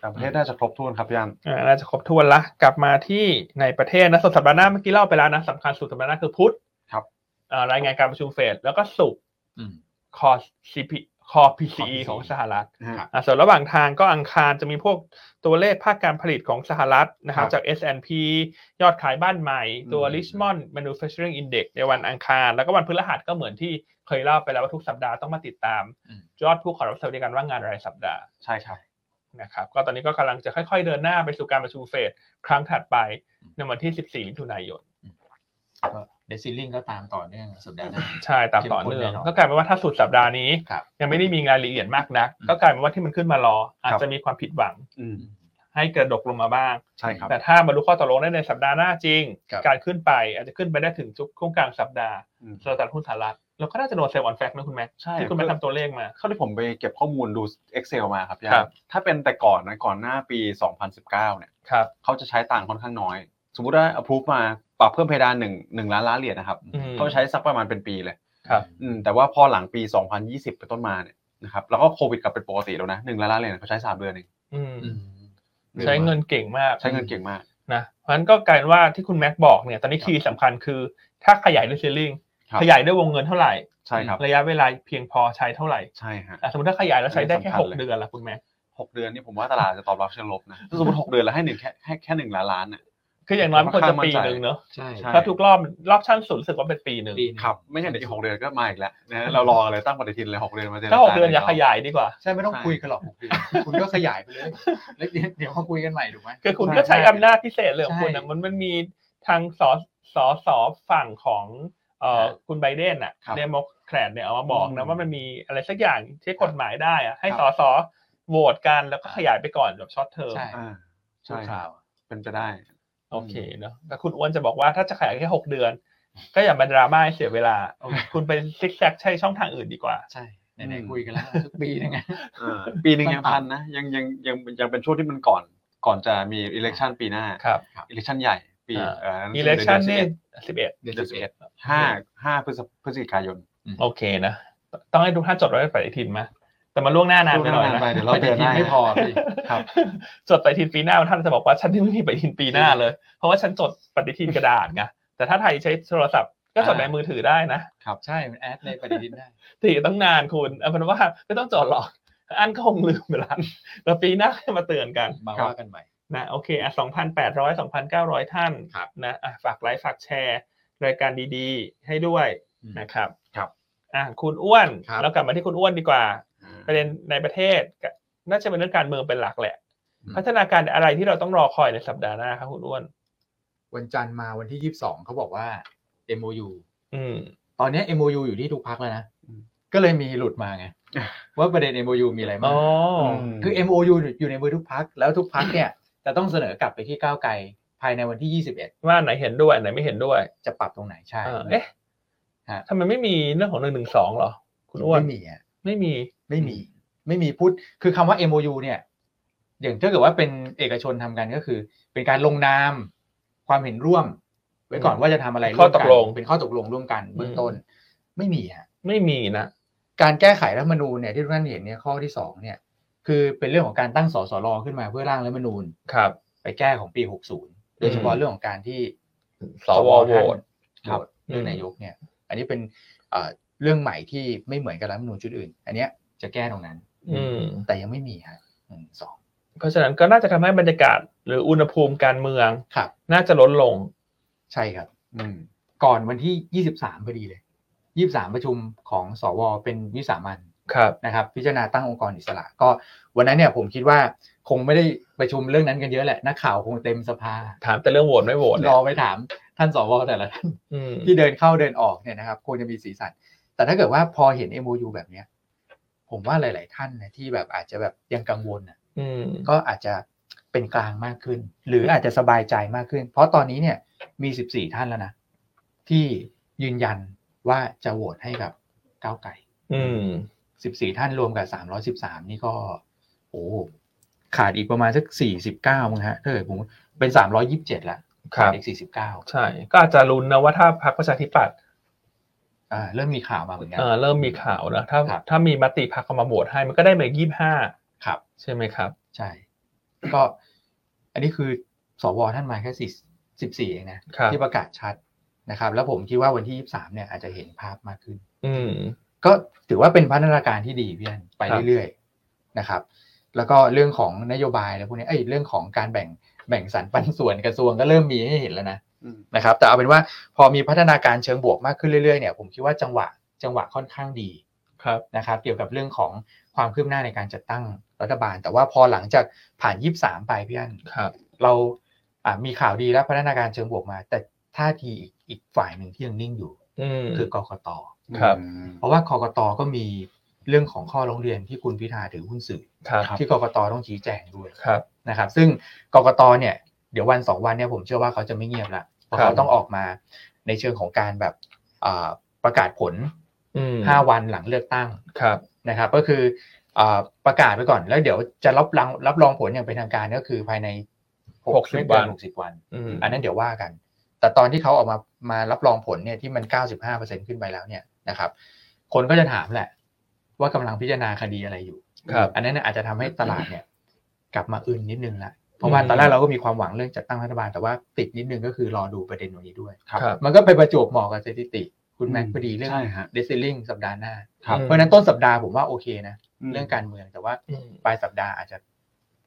ต่างประเทศน่าจะครบถ้วนครับพี่อัน อ่าน่าจะครบถ้วนละ กลับมาที่ในประเทศนะสุดสัปดาห์หน้าเมื่อกี้เล่าไปแล้วนะสำคัญสุดสัปดาห์หน้าคือพุธ ครับ เอ่อรายงานการประชุมเฟดแล้วก็ศุกร์ อืม คอซีพีคอพีซี คอ PCE ของสหรัฐ นะครับ อ่ะส่วนระหว่างทางก็อังคารจะมีพวกตัวเลขภาคการผลิตของสหรัฐนะครับ ครับ จาก S&P ยอดขายบ้านใหม่ ตัว อืม Richmond Manufacturing Index ในวันอังคาร แล้วก็วันพฤหัสก็เหมือนที่เคยเล่าไปแล้วว่าทุกสัปดาห์ต้องมาติดตาม อืม ยอดผู้ขอรับสวัสดิการว่างงานรายสัปดาห์ ใช่ครับ นะครับก็ตอนนี้ก็กำลังจะค่อย ๆ เดินหน้าไปสู่การประชุมเฟดครั้งถัดไป อืม ในวันที่ 14มิถุนายน ก็เดซิลลิงก็ตามต่อเนื่องสัปดาห์หน้า ใช่ตามต่อเนื่อง เข้มข้นแน่นอน ก็กลายเป็นว่าถ้าสุดสัปดาห์นี้ ครับ ยังไม่ได้มีรายละเอียดมากนัก อืม ก็กลายเป็นว่าที่มันขึ้นมารอ อาจจะมีความผิดหวัง อืม ให้กระดกลงมาบ้าง ใช่ครับ แต่ถ้าบรรลุข้อตกลงได้ในสัปดาห์หน้าจริง ครับ การขึ้นไปอาจจะขึ้นไปได้ถึงจุดช่วงกลางสัปดาห์ อืม สำหรับตลาดหุ้นสหรัฐแล้วก็น่าจะโดนเซลล์ออนแฟกต์นะคุณแม่ ใช่ ที่คุณแม่ทำตัวเลขมา เท่าที่ผมไปเก็บข้อมูลดู Excel มาครับพี่ ครั อัน บ ถ้าเป็นแต่ก่อนนะก่อนหน้าปี 2019เนี่ย ครับ เขาจะใช้ต่างค่อนข้างน้อย สมมุติว่า approve มาปรับเพิ่มเพดานหนึ่งหนึ่งล้านล้านเหรียญนะครับ อืม เขาใช้สักประมาณเป็นปีเลย ครับ อืมแต่ว่าพอหลังปี 2020 เป็นต้นมาเนี่ยนะครับแล้วก็โควิดกลับเป็นปกติแล้วนะหนึ่งล้านล้านเหรียญเขาใช้สามเดือนเอง อืม อืม ใช้เงินเก่งมาก ใช้เงินเก่งมาก นะเพราะฉะนั้นก็กลายเป็นว่าที่คุณแม็กบอกเนี่ยตอนนี้คีย์สำคัญคือ ถ้าขยายด้วยซีลิง ครับ ขยายด้วยวงเงินเท่าไหร่ ใช่ครับ ระยะเวลาเพียงพอใช้เท่าไหร่ ใช่ฮะ อ่ะสมมติถ้าขยายแล้วใช้ได้แค่ สำคัญ หก เลย เดือนละคุณแม็ก หกเดือนนี่ผมว่าตลาดจะตอบรับเชิงลบนะถ้าสมมติหกเดือนแล้วให้หนึ่งแค่แค่แค่หนึ่งล้านล้านเนี่ย คืออย่างน้อยมันควรจะปีหนึ่งเนอะ ใช่ ใช่ เพราะทุกรอบรอบชั้นสุดรู้สึกว่าเป็นปีหนึ่ง ปีหนึ่ง ครับไม่ใช่เดี๋ยวอีกหกเดือนก็มาอีกแล้วนะฮะเรารอเลยตั้งปฏิทินเลยหกเดือนมาเจรจ ถ้าหกเดือนอย่าข กั ยายดีกว่า ใช่ไม่ต้อง ใช่ คุยกันหรอกผมคือคุณก็ขยายไปเลย แล้วเดี๋ยวเดี๋ยวมาคุยกันใหม่ถูกไหม คือคุณก็ใช้อำนาจพิเศษเลยของ ใช่ คุณนะมันมันมีทางสสสฝั่งของเอ่อคุณไบเดนน่ะ ครับ เดโมแครตเนี่ยเอามาบอก อื นะ ม ว่ามันมีอะไรสักอย่างที่กฎหมายได้อะให้ คสรับ สโหวตกันแล้วก็ขยายไปก่อนแบบช็อตเทอม ใช่ อ่า ชั่ ใช่ วค ครั รา บ ว เป็นไปได้ โอเคเนาะแต่คุณอ้วนจะบอกว่าถ้าจะขายแค่หกเดือน ก็อย่ามาดราม่าให้เสียเวลา โอเค คุณไปซิกแซกใช้ช่องทางอื่นดีกว่า ใช่ไห อื น ม ๆคุยกันแล้วสักปีหนึงอะ เออปีหนึ่ง มัน ยัง ต่ำ ทันนะยังยังยังยังเป็นช่วงที่มันก่อนก่อนจะมีอิเล็กชันปีหน้า ครับ อิเล็กชันใหญ่ปี อ่า เอ่อ อีเลคชันนี่ เดือ สิบเอ็ด เดือน เดือน สิ สิ บบ เอ็ เอ็ ด ดห้าห้าพฤศพฤศจิกายน โอเคนะ ต้องให้ทุกท่านจดไว้ในปฏิทินมา แต่มาล่วงหน้านานไปหน่อย ล่วงหน้า นะ ไปเดี๋ยวเราเดือนหน้า ไม่พอสิ ครับ จดปฏิทินปีหน้าท่านจะบอกว่าฉันที่ไม่มีปฏิทินปีหน้าเลย เพราะว่าฉันจดปฏิทินกระดาษไงแต่ถ้าไทยใช้โทรศัพท์ก็จดในมือถือได้นะ ใช่มันแอดในปฏิทินได้ ถี่ต้องนานคุณเอาเป็นว่าไม่ต้องจดหรอกอันก็คงลืมไปละแล้วปีหน้าค่อยมาเตือนกัน มาว่ากันใหม่ นะโอเคอ่ะ2,800 2,900 ท่าน ครับ นะอ่ะฝากไลค์ฝากแชร์ รายการดีๆ ให้ด้วย อืม นะครับ ครับ อ่ะคุณอ้วน ครับ เรากลับมาที่คุณอ้วนดีกว่า ประเด็นในประเทศก็น่าจะเป็นเรื่องการเมืองเป็นหลักแหละ อืม พัฒนาการอะไรที่เราต้องรอคอยในสัปดาห์หน้าครับคุณอ้วน วันจันทร์มาวันที่ยี่สิบสองเขาบอกว่า MOU อืม ตอนเนี้ย MOU อยู่ที่ทุกพักแล้วนะ อืม ก็เลยมีหลุดมาไง ว่าประเด็น MOU มีอะไรบ้า อ๋ ง อ คือ MOU อยู่ในมือทุกพักแล้วทุกพักเนี่ย จะต้องเสนอกลับไปที่ก้าวไกลภายในวันที่ ว่าไหนเห็นด้วยไหนไม่เห็นด้วย 21 จะปรับตรงไหนใช่ เออเอ๊ะ ฮะ ทำไมไม่มีเรื่องของหนึ่งหนึ่งสองหรอ คุณอ้วน ไม่มีอะ ไม่มี ไม่มีไม่มีพูดคือคำว่า MOU เนี่ย อย่างถ้าเกิดว่าเป็นเอกชนทำกันก็คือ เป็นการลงนามความเห็นร่วม ไว้ก่อนว่าจะทำอะไร ข้อตกลง ร่วมนเป็นข้อตกลงร่วมกันเบื้องต้น ไม่มีฮะ ไม่มีนะ การแก้ไขรัฐธรรมนูญเนี่ยที่ทุกท่านเห็นเนี่ยข้อที่สองเนี่ย คือเป็นเรื่องของการตั้งสสรขึ้นมาเพื่อร่างรัฐธรรมนูญ ครับ ไปแก้ของปี 60 โดยเฉพาะเรื่องของการที่ สวโหวต ท่านโหวตเรื่องนายกเนี่ย อันนี้เป็นเอ่อเรื่องใหม่ที่ไม่เหมือนกับรัฐธรรมนูญชุดอื่น อันเนี้ยจะแก้ตรงนั้น อืม แต่ยังไม่มีฮะหนึ่งสอง เพราะฉะนั้นก็น่าจะทำให้บรรยากาศหรืออุณหภูมิการเมือง ครับ น่าจะลดลง ใช่ครับ อืม ก่อนวันที่ 23 พอดีเลย 23 ประชุมของสว เป็นวิสามัน ครับ นะครับ พิจารณาตั้งองค์กรอิสระ ก็วันนั้นเนี่ยผมคิดว่าคงไม่ได้ประชุมเรื่องนั้นกันเยอะแหละ นักข่าวคงเต็มสภา ถามแต่เรื่องโหวตไม่โหวต ร เนี่ย อไปถามท่านสว แต่ละท่าน อืม ที่เดินเข้าเดินออกเนี่ยนะครับควรจะมีสีสัน แต่ถ้าเกิดว่าพอเห็น MOU แบบเนี้ยผมว่าหลาย ๆ ท่านนะที่แบบอาจจะแบบยังกังวลนะ อืม ก็อาจจะเป็นกลางมากขึ้น หรืออาจจะสบายใจมากขึ้น เพราะตอนนี้เนี่ยมี 14 ท่านแล้วนะ ที่ยืนยันว่าจะโหวตให้กับก้าวไกล อืม 14 ท่านรวมกับ 313 นี่ก็ โอ้ขาดอีกประมาณสัก 49มั้งฮะถ้าเกิดผมเป็น 327 แล้ว ครับ เด็กสี่สิบเก้า ใช่ ก็อาจจะลุ้นนะว่าถ้าพรรคประชาธิปัตย์ อ่าเริ่มมีข่าวมาเหมือนกัน เอ่อเริ่มมีข่าวนะถ้า ครับ ถ้ามีมติพรรคเข้ามาโหวตให้มันก็ได้มายี่ห้า ครับ ใช่ไหมครับ ใช่ ก็อันนี้คือสวท่านมาแค่สี่สิบสี่เองนะ ครับ ที่ประกาศชัดนะครับ แล้วผมคิดว่าวันที่ยี่สามเนี่ยอาจจะเห็นภาพมากขึ้น อืม ก็ถือว่าเป็นพัฒนาการที่ดีพี่อันไป ครับ เรื่อยๆนะครับ แล้วก็เรื่องของนโยบายอะไรพวกนี้เอ้ยเรื่องของการแบ่งแบ่งสรรปันส่วนกระทรวงก็เริ่มมีให้เห็นแล้วนะ อืม นะครับ แต่เอาเป็นว่าพอมีพัฒนาการเชิงบวกมากขึ้นเรื่อยๆเนี่ยผมคิดว่าจังหวะจังหวะค่อนข้างดี ครับ นะครับเกี่ยวกับเรื่องของความคืบหน้าในการจัดตั้งรัฐบาล แต่ว่าพอหลังจากผ่าน 23 ไปพี่อัน ครับ เราอ่ะมีข่าวดีและพัฒนาการเชิงบวกมา แต่ท่าทีอีกอีกฝ่ายหนึ่งที่ยังนิ่งอยู่ อืม คือกกต ครับ อืม เพราะว่ากกตก็มีเรื่องของข้อร้องเรียนที่คุณพิธาถือหุ้นสื่อ ครับ ที่กกตต้องชี้แจงด้วย ครับ นะครับ ซึ่งกกตเนี่ยเดี๋ยววันสองวันเนี่ยผมเชื่อว่าเขาจะไม่เงียบละเพราะ ครับ เขาต้องออกมาในเชิงของการแบบอ่าประกาศผล อืม 5 วันหลังเลือกตั้ง ครับ นะครับก็คือเอ่อประกาศไปก่อนแล้วเดี๋ยวจะรับรองรับรองผลอย่างเป็นทางการก็คือภายใน 60 ไม่เกิ วัน หกสิบวัน อืม อันนั้นเดี๋ยวว่ากัน แต่ตอนที่เขาออกมามารับรองผลเนี่ยที่มันเก้าสิบห้าเปอร์เซ็นขึ้นไปแล้วเนี่ยนะครับคนก็จะถามแหละ ว่ากำลังพิจารณาคดีอะไรอยู่ ครับ อันนั้นนะอาจจะทำให้ตลาดเนี่ยกลับมาอึนนิดนึงละเพราะว่าตอนแรกเราก็มีความหวังเรื่องจัดตั้งรัฐบาลแต่ว่าติดนิดนึงก็คือรอดูประเด็นตรงนี้ด้วย ครับ มันก็ไปประจวบเหมาะกับสถิติ คุณแม็ก อืม พอดีเรื่อง ใช่ฮะ เดซิลิงสัปดาห์หน้า ครับ อืม เพราะฉะนั้นต้นสัปดาห์ผมว่าโอเคนะ เรื่องการเมืองแต่ว่า อืม ปลายสัปดาห์อาจจะ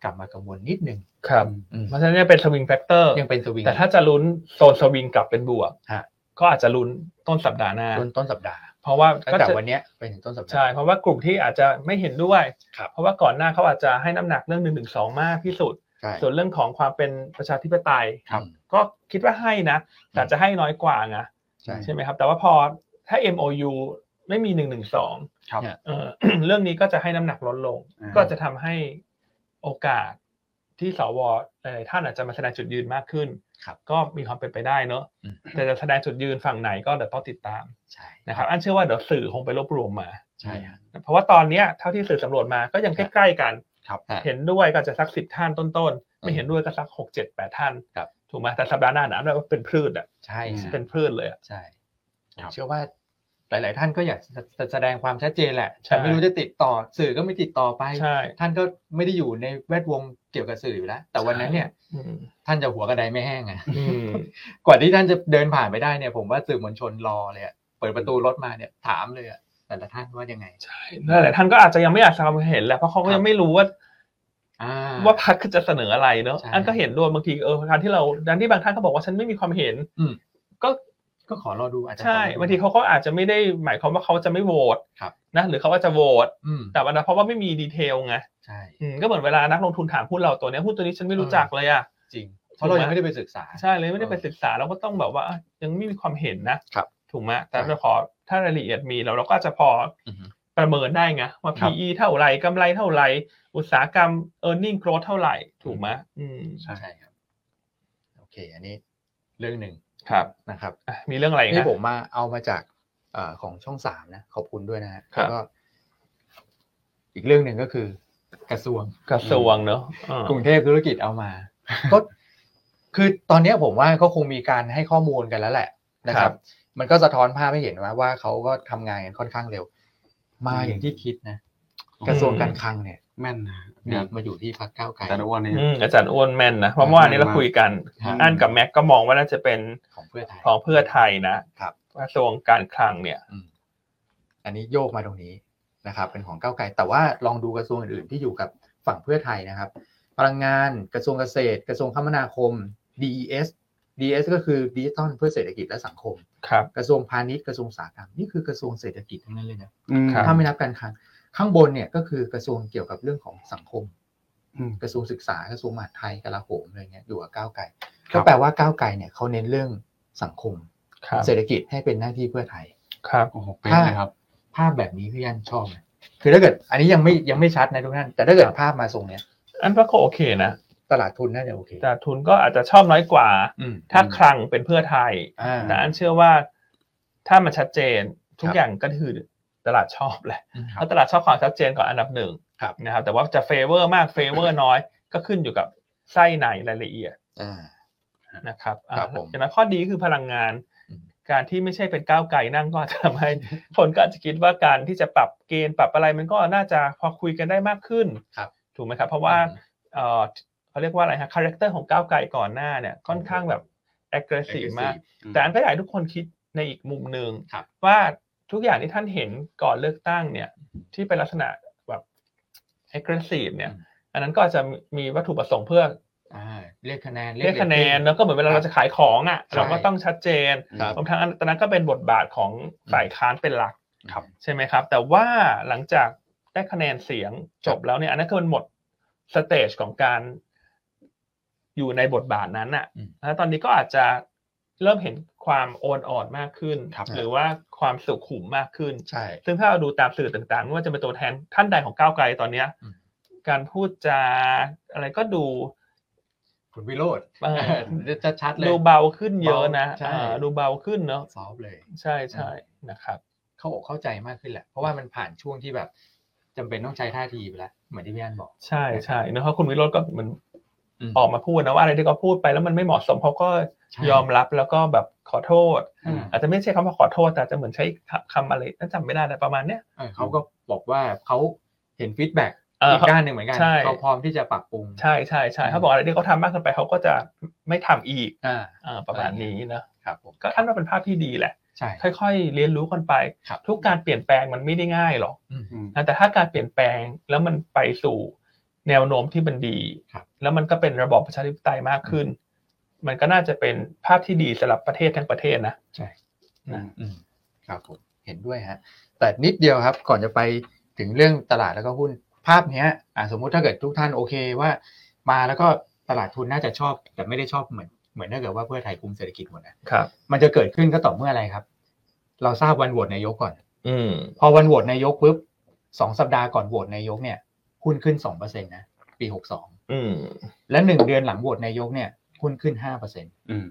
กลับมากังวลนิดนึง ครับ เพราะฉะนั้นเนี่ยเป็นสวิงแฟกเตอร์ ยังเป็นสวิง แต่ถ้าจะลุ้นโซนสวิงกลับเป็นบวก ฮะ ก็อาจจะลุ้นต้นสัปดาห์หน้า ต้นต้นสัปดาห์ เพราะว่า ตั้ง ก็ แต่ จะ วันเนี้ยไปถึงต้นสัปดา ใช่ ห์ เพราะว่ากลุ่มที่อาจจะไม่เห็นด้วย ครับ เพราะว่าก่อนหน้าเขาอาจจะให้น้ำหนักเรื่องหนึ่งถึงสองมากที่สุด ใช่ ส่วนเรื่องของความเป็นประชาธิปไตย ครับ ก็คิดว่าให้นะ แต่อาจจะให้น้อยกว่านะ ใช่ ใช่ไหมครับ แต่ว่าพอถ้า MOU ไม่มีหนึ่งหนึ่งสอง ครับ เอ่ อ เรื่องนี้ก็จะให้น้ำหนักลดลง อ่า ก็จะทำให้โอกาสที่สวหลายๆท่านอาจจะมาแสดงจุดยืนมากขึ้น ครับ ก็มีความเป็นไปได้เนอะ อืม แต่จะแสดงจุดยืนฝั่งไหนก็เดี๋ยวต้องติดตาม ใช่ นะครับ อันเชื่อว่าเดี๋ยวสื่อคงไปรวบรวมมา ใช่ฮะ เพราะว่าตอนเนี้ยเท่าที่สื่อสำรวจมาก็ยังใกล้ๆกัน ครับ เห็นด้วยก็จะสักสิบท่านต้นๆ ไม่เห็นด้วยก็สักหกเจ็ดแปดท่าน ครับ ถูกไหมแต่สัปดาห์หน้าหนาวก็เป็นพืชอ่ะ ใช่ อืม ฮะ เป็นพืชเลยอะ ใช่ ครับ เชื่อว่าหลาย ๆ ท่านก็อยากจะแสดงความชัดเจนแหละ ใช่ แต่ไม่รู้จะติดต่อสื่อก็ไม่ติดต่อไป ใช่ ท่านก็ไม่ได้อยู่ในแวดวงเกี่ยวกับสื่ออยู่แล้ว แต่วันนั้นเนี่ย อืม ท่านจะหัวกระไดไม่แห้งอะ อืม กว่าที่ท่านจะเดินผ่านไปได้เนี่ยผมว่าสื่อมวลชนรอเลยอะเปิดประตูรถมาเนี่ยถามเลยอะแต่ละท่านว่ายังไง ใช่หลายๆท่านก็อาจจะยังไม่อยากทำเห็นแหละเพราะเขาก็ยังไม่รู้ว่า อ่า ว่าพรรคจะเสนออะไรเนอะ ใช่ อันก็เห็นด้วยบางทีเออการที่เราดันที่บางท่านเขาบอกว่าฉันไม่มีความเห็น อืม ก็ ก็ขอรอดูอาจจะ ใช่ ขออดู บางทีเขาก็อาจจะไม่ได้หมายความว่าเขาจะไม่โหวต ครับ นะหรือเขาว่าจะโหวต อืม แต่วันนั้นเพราะว่าไม่มีดีเทลไง ใช่ อืมก็เหมือนเวลานักลงทุนถามหุ้นเราตัวเนี้ยหุ้นตัวนี้ฉันไม่รู้จักเลยอ่ะ จริง เพราะเรายังไม่ได้ไปศึกษา ใช่เลยไม่ได้ไปศึกษาเราก็ต้องแบบว่าอ่ะยังไม่มีความเห็นนะครับ ถูกไหมแต่ ครับ เราขอถ้ารายละเอียดมีเราเราก็จะพออ อฮึ ประเมินได้ไงว่า ครับ PE เท่าไหร่กำไรเท่าไหร่อุตสาหกรรม earning growth เท่าไหร่ถูกไหมอืม ใช่ ใช่ครับ โอเค อันนี้เรื่องหนึ่ง ครับ นะครับ อ่ะมีเรื่องอะไรอีก นี่ นะ ผมมาเอามาจากเอ่อของช่องสามนะ ขอบคุณด้วยนะฮะ ครับ แล้วก็ อีกเรื่องหนึ่งก็คือกระทรวง กระทรวงเนอะอ่าก รุงเทพธุรกิจเอา มา ก็คือตอนเนี้ยผมว่าก็คงมีการให้ข้อมูลกันแล้วแหละนะครับ มันก็สะท้อนภาพให้เห็นว่าว่าเขาก็ทำงานกันค่อนข้างเร็ว มาอย่างที่คิดนะ กระทรวงการคลังเนี่ย แม่นนะ หนีมาอยู่ที่พักก้าวไกล แต่ละวันนี้ อืมอาจารย์อ้วนแม่นนะเพราะเมื่อวานนี้เราคุยกัน ครับ อันกับแม็กก็มองว่าน่าจะเป็น ของเพื่อไทย ของเพื่อไทยนะครับ กระทรวงการคลังเนี่ย อืมอันนี้โยกมาตรงนี้นะครับ เป็นของก้าวไกลแต่ว่าลองดูกระทรวงอื่นๆที่อยู่กับฝั่งเพื่อไทยนะครับ พลังงานกระทรวงเกษตร กระทรวงคมนาคม DES DES ก็คือดิจิทัลเพื่อเศรษฐกิจและสังคม ครับ กระทรวงพาณิชย์กระทรวงอุตสาหกรรมนี่คือกระทรวงเศรษฐกิจทั้งนั้นเลยนะ ครับ ถ้าไม่นับการคลังข้างบนเนี่ยก็คือกระทรวงเกี่ยวกับเรื่องของสังคม อืม กระทรวงศึกษากระทรวงมหาดไทยกลาโหมอะไรเงี้ยอยู่กับก้าวไกล ครั ก็ บ แปลว่าก้าวไกลเนี่ยเขาเน้นเรื่องสังคม ครับ เศรษฐกิจให้เป็นหน้าที่เพื่อไทย ครับ โอ้โหเป๊ะเลยครับ ภาพแบบนี้พี่ยันชอบไหมคือถ้าเกิด อันนี้ยังไม่ยังไม่ชัดนะทุกท่าน แต่ถ้าเกิดภาพมาทรงเนี้ย อันว่าก็โอเคนะ ตลาดทุนน่าจะโอเค แต่ทุนก็อาจจะชอบน้อยกว่า อืม ถ้าคลังเป็นเพื่อไทย อ่า แต่อันเชื่อว่าถ้ามันชัดเจนทุก ครับ อย่างก็คือตลาดชอบแหละ อืม เพราะตลาดชอบความชัดเจนก่อนอันดับหนึ่ง ครับ นะครับ แต่ว่าจะเฟเวอร์มากเฟเวอร์น้อยก็ขึ้นอยู่กับไส้ในรายละเอียด อ่า นะครับอ่ะ ครับผม จากนั้นข้อดีคือพลังงาน อืม การที่ไม่ใช่เป็นก้าวไก่นั่งก็อาจจะทำให้ คนก็อาจจะคิดว่าการที่จะปรับเกณฑ์ปรับอะไรมันก็น่าจะพอคุยกันได้มากขึ้น ครับ ถูกไหมครับ เพราะว่าเอ่อเขาเรียกว่าอะไรฮะคาแรคเตอร์ของก้าวไก่ก่อนหน้าเนี่ยค่อนข้างแบบ aggressive มาก แต่อันก็อยากให้ทุกคนคิดในอีกมุมหนึ่ง ครับ ว่าทุกอย่างที่ท่านเห็นก่อนเลือกตั้งเนี่ย ที่เป็นลักษณะแบบ aggressive เนี่ย อันนั้นก็อาจจะมีวัตถุประสงค์เพื่อ อ่าเรียกคะแนน เรียกคะแนน เรตติ้ง แล้วก็เหมือนเวลาเราจะขายของอ่ะ ใช่ เราก็ต้องชัดเจน ครับ รวมทั้งอันตอนนั้นก็เป็นบทบาทของฝ่ายค้านเป็นหลัก ครับ ใช่ไหมครับ แต่ว่าหลังจากได้คะแนนเสียงจบแล้วเนี่ยอันนั้นคือมันหมดสเตจของการอยู่ในบทบาทนั้นอ่ะ อืม แล้วตอนนี้ก็อาจจะเริ่มเห็นความโอนอ่อนมากขึ้น ครับ หรือว่าความสุขุมมากขึ้น ใช่ ซึ่งถ้าเราดูตามสื่อต่างๆไม่ว่าจะเป็นตัวแทนท่านใดของก้าวไกลตอนเนี้ย อืม การพูดจาอะไรก็ดู คุณวิโรธ เออ จะชัดเลย ดูเบาขึ้นเยอะนะ เบาใช่ อ่าดูเบาขึ้นเนาะ ซอฟต์เลย ใช่ใช่นะครับ เข้าอกเข้าใจมากขึ้นแหละ เพราะว่ามันผ่านช่วงที่แบบจำเป็นต้องใช้ท่าทีไปแล้ว เหมือนที่พี่อันบอก ใช่ใช่เนอะเพราะคุณวิโรจน์ก็เหมือน อืม ออกมาพูดนะว่าอะไรที่เขาพูดไปแล้วมันไม่เหมาะสมเขาก็ ใช่ ยอมรับแล้วก็แบบขอโทษ อืม อาจจะไม่ใช่คำว่าขอโทษ แต่อาจจะเหมือนใช้คำอะไรนั่นจำไม่ได้แต่ประมาณเนี้ย เออเขาก็บอกว่าเขาเห็นฟีดแบ็ก เออ อีกด้านหนึ่งเหมือนกัน ใช่ เขาพร้อมที่จะปรับปรุง ใช่ใช่ใช่ อืม เขาบอกอะไรที่เขาทำมากเกินไปเขาก็จะไม่ทำอีก อ่า อ่าประมาณนี้นะครับ ผม ก็ท่านว่าเป็นภาพที่ดีแหละ ใช่ ค่อยๆ เรียนรู้กันไป ครับ ทุกการเปลี่ยนแปลงมันไม่ได้ง่ายหรอก อืม นะแต่ถ้าการเปลี่ยนแปลงแล้วมันไปสู่แนวโน้มที่มันดี ครับ แล้วมันก็เป็นระบอบประชาธิปไตยมากขึ้น มันก็น่าจะเป็นภาพที่ดีสำหรับประเทศทั้งประเทศนะ ใช่ นะ อืมครับผมเห็นด้วยฮะ แต่นิดเดียวครับ ก่อนจะไปถึงเรื่องตลาดแล้วก็หุ้นภาพเนี้ยอ่ะสมมุติถ้าเกิดทุกท่านโอเคว่า มาแล้วก็ตลาดทุนน่าจะชอบ แต่ไม่ได้ชอบเหมือนเหมือนถ้าเกิดว่าเพื่อไทยคุมเศรษฐกิจหมดนะ ครับ มันจะเกิดขึ้นก็ต่อเมื่ออะไรครับ เราทราบวันโหวตนายกก่อน อืม พอวันโหวตนายกปุ๊บสองสัปดาห์ก่อนโหวตนายกเนี่ยหุ้นขึ้นสองเปอร์เซ็นต์นะปีหกสอง อืม และหนึ่งเดือนหลังโหวตนายกเนี่ยหุ้นขึ้นห้าเปอร์เซ็นต์ อืม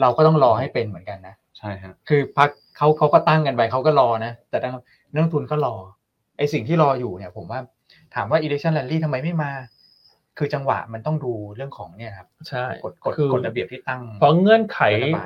เราก็ต้องรอให้เป็นเหมือนกันนะ ใช่ฮะ คือพักเขาเขาก็ตั้งกันไปเขาก็รอนะ แต่นักนักลงทุนก็รอไอสิ่งที่รออยู่เนี่ย ผมว่าถามว่า election rally ทำไมไม่มา คือจังหวะมันต้องดูเรื่องของเนี่ยครับ ใช่ กฎกฎ คือ กฎระเบียบที่ตั้ง เพราะเงื่อนไข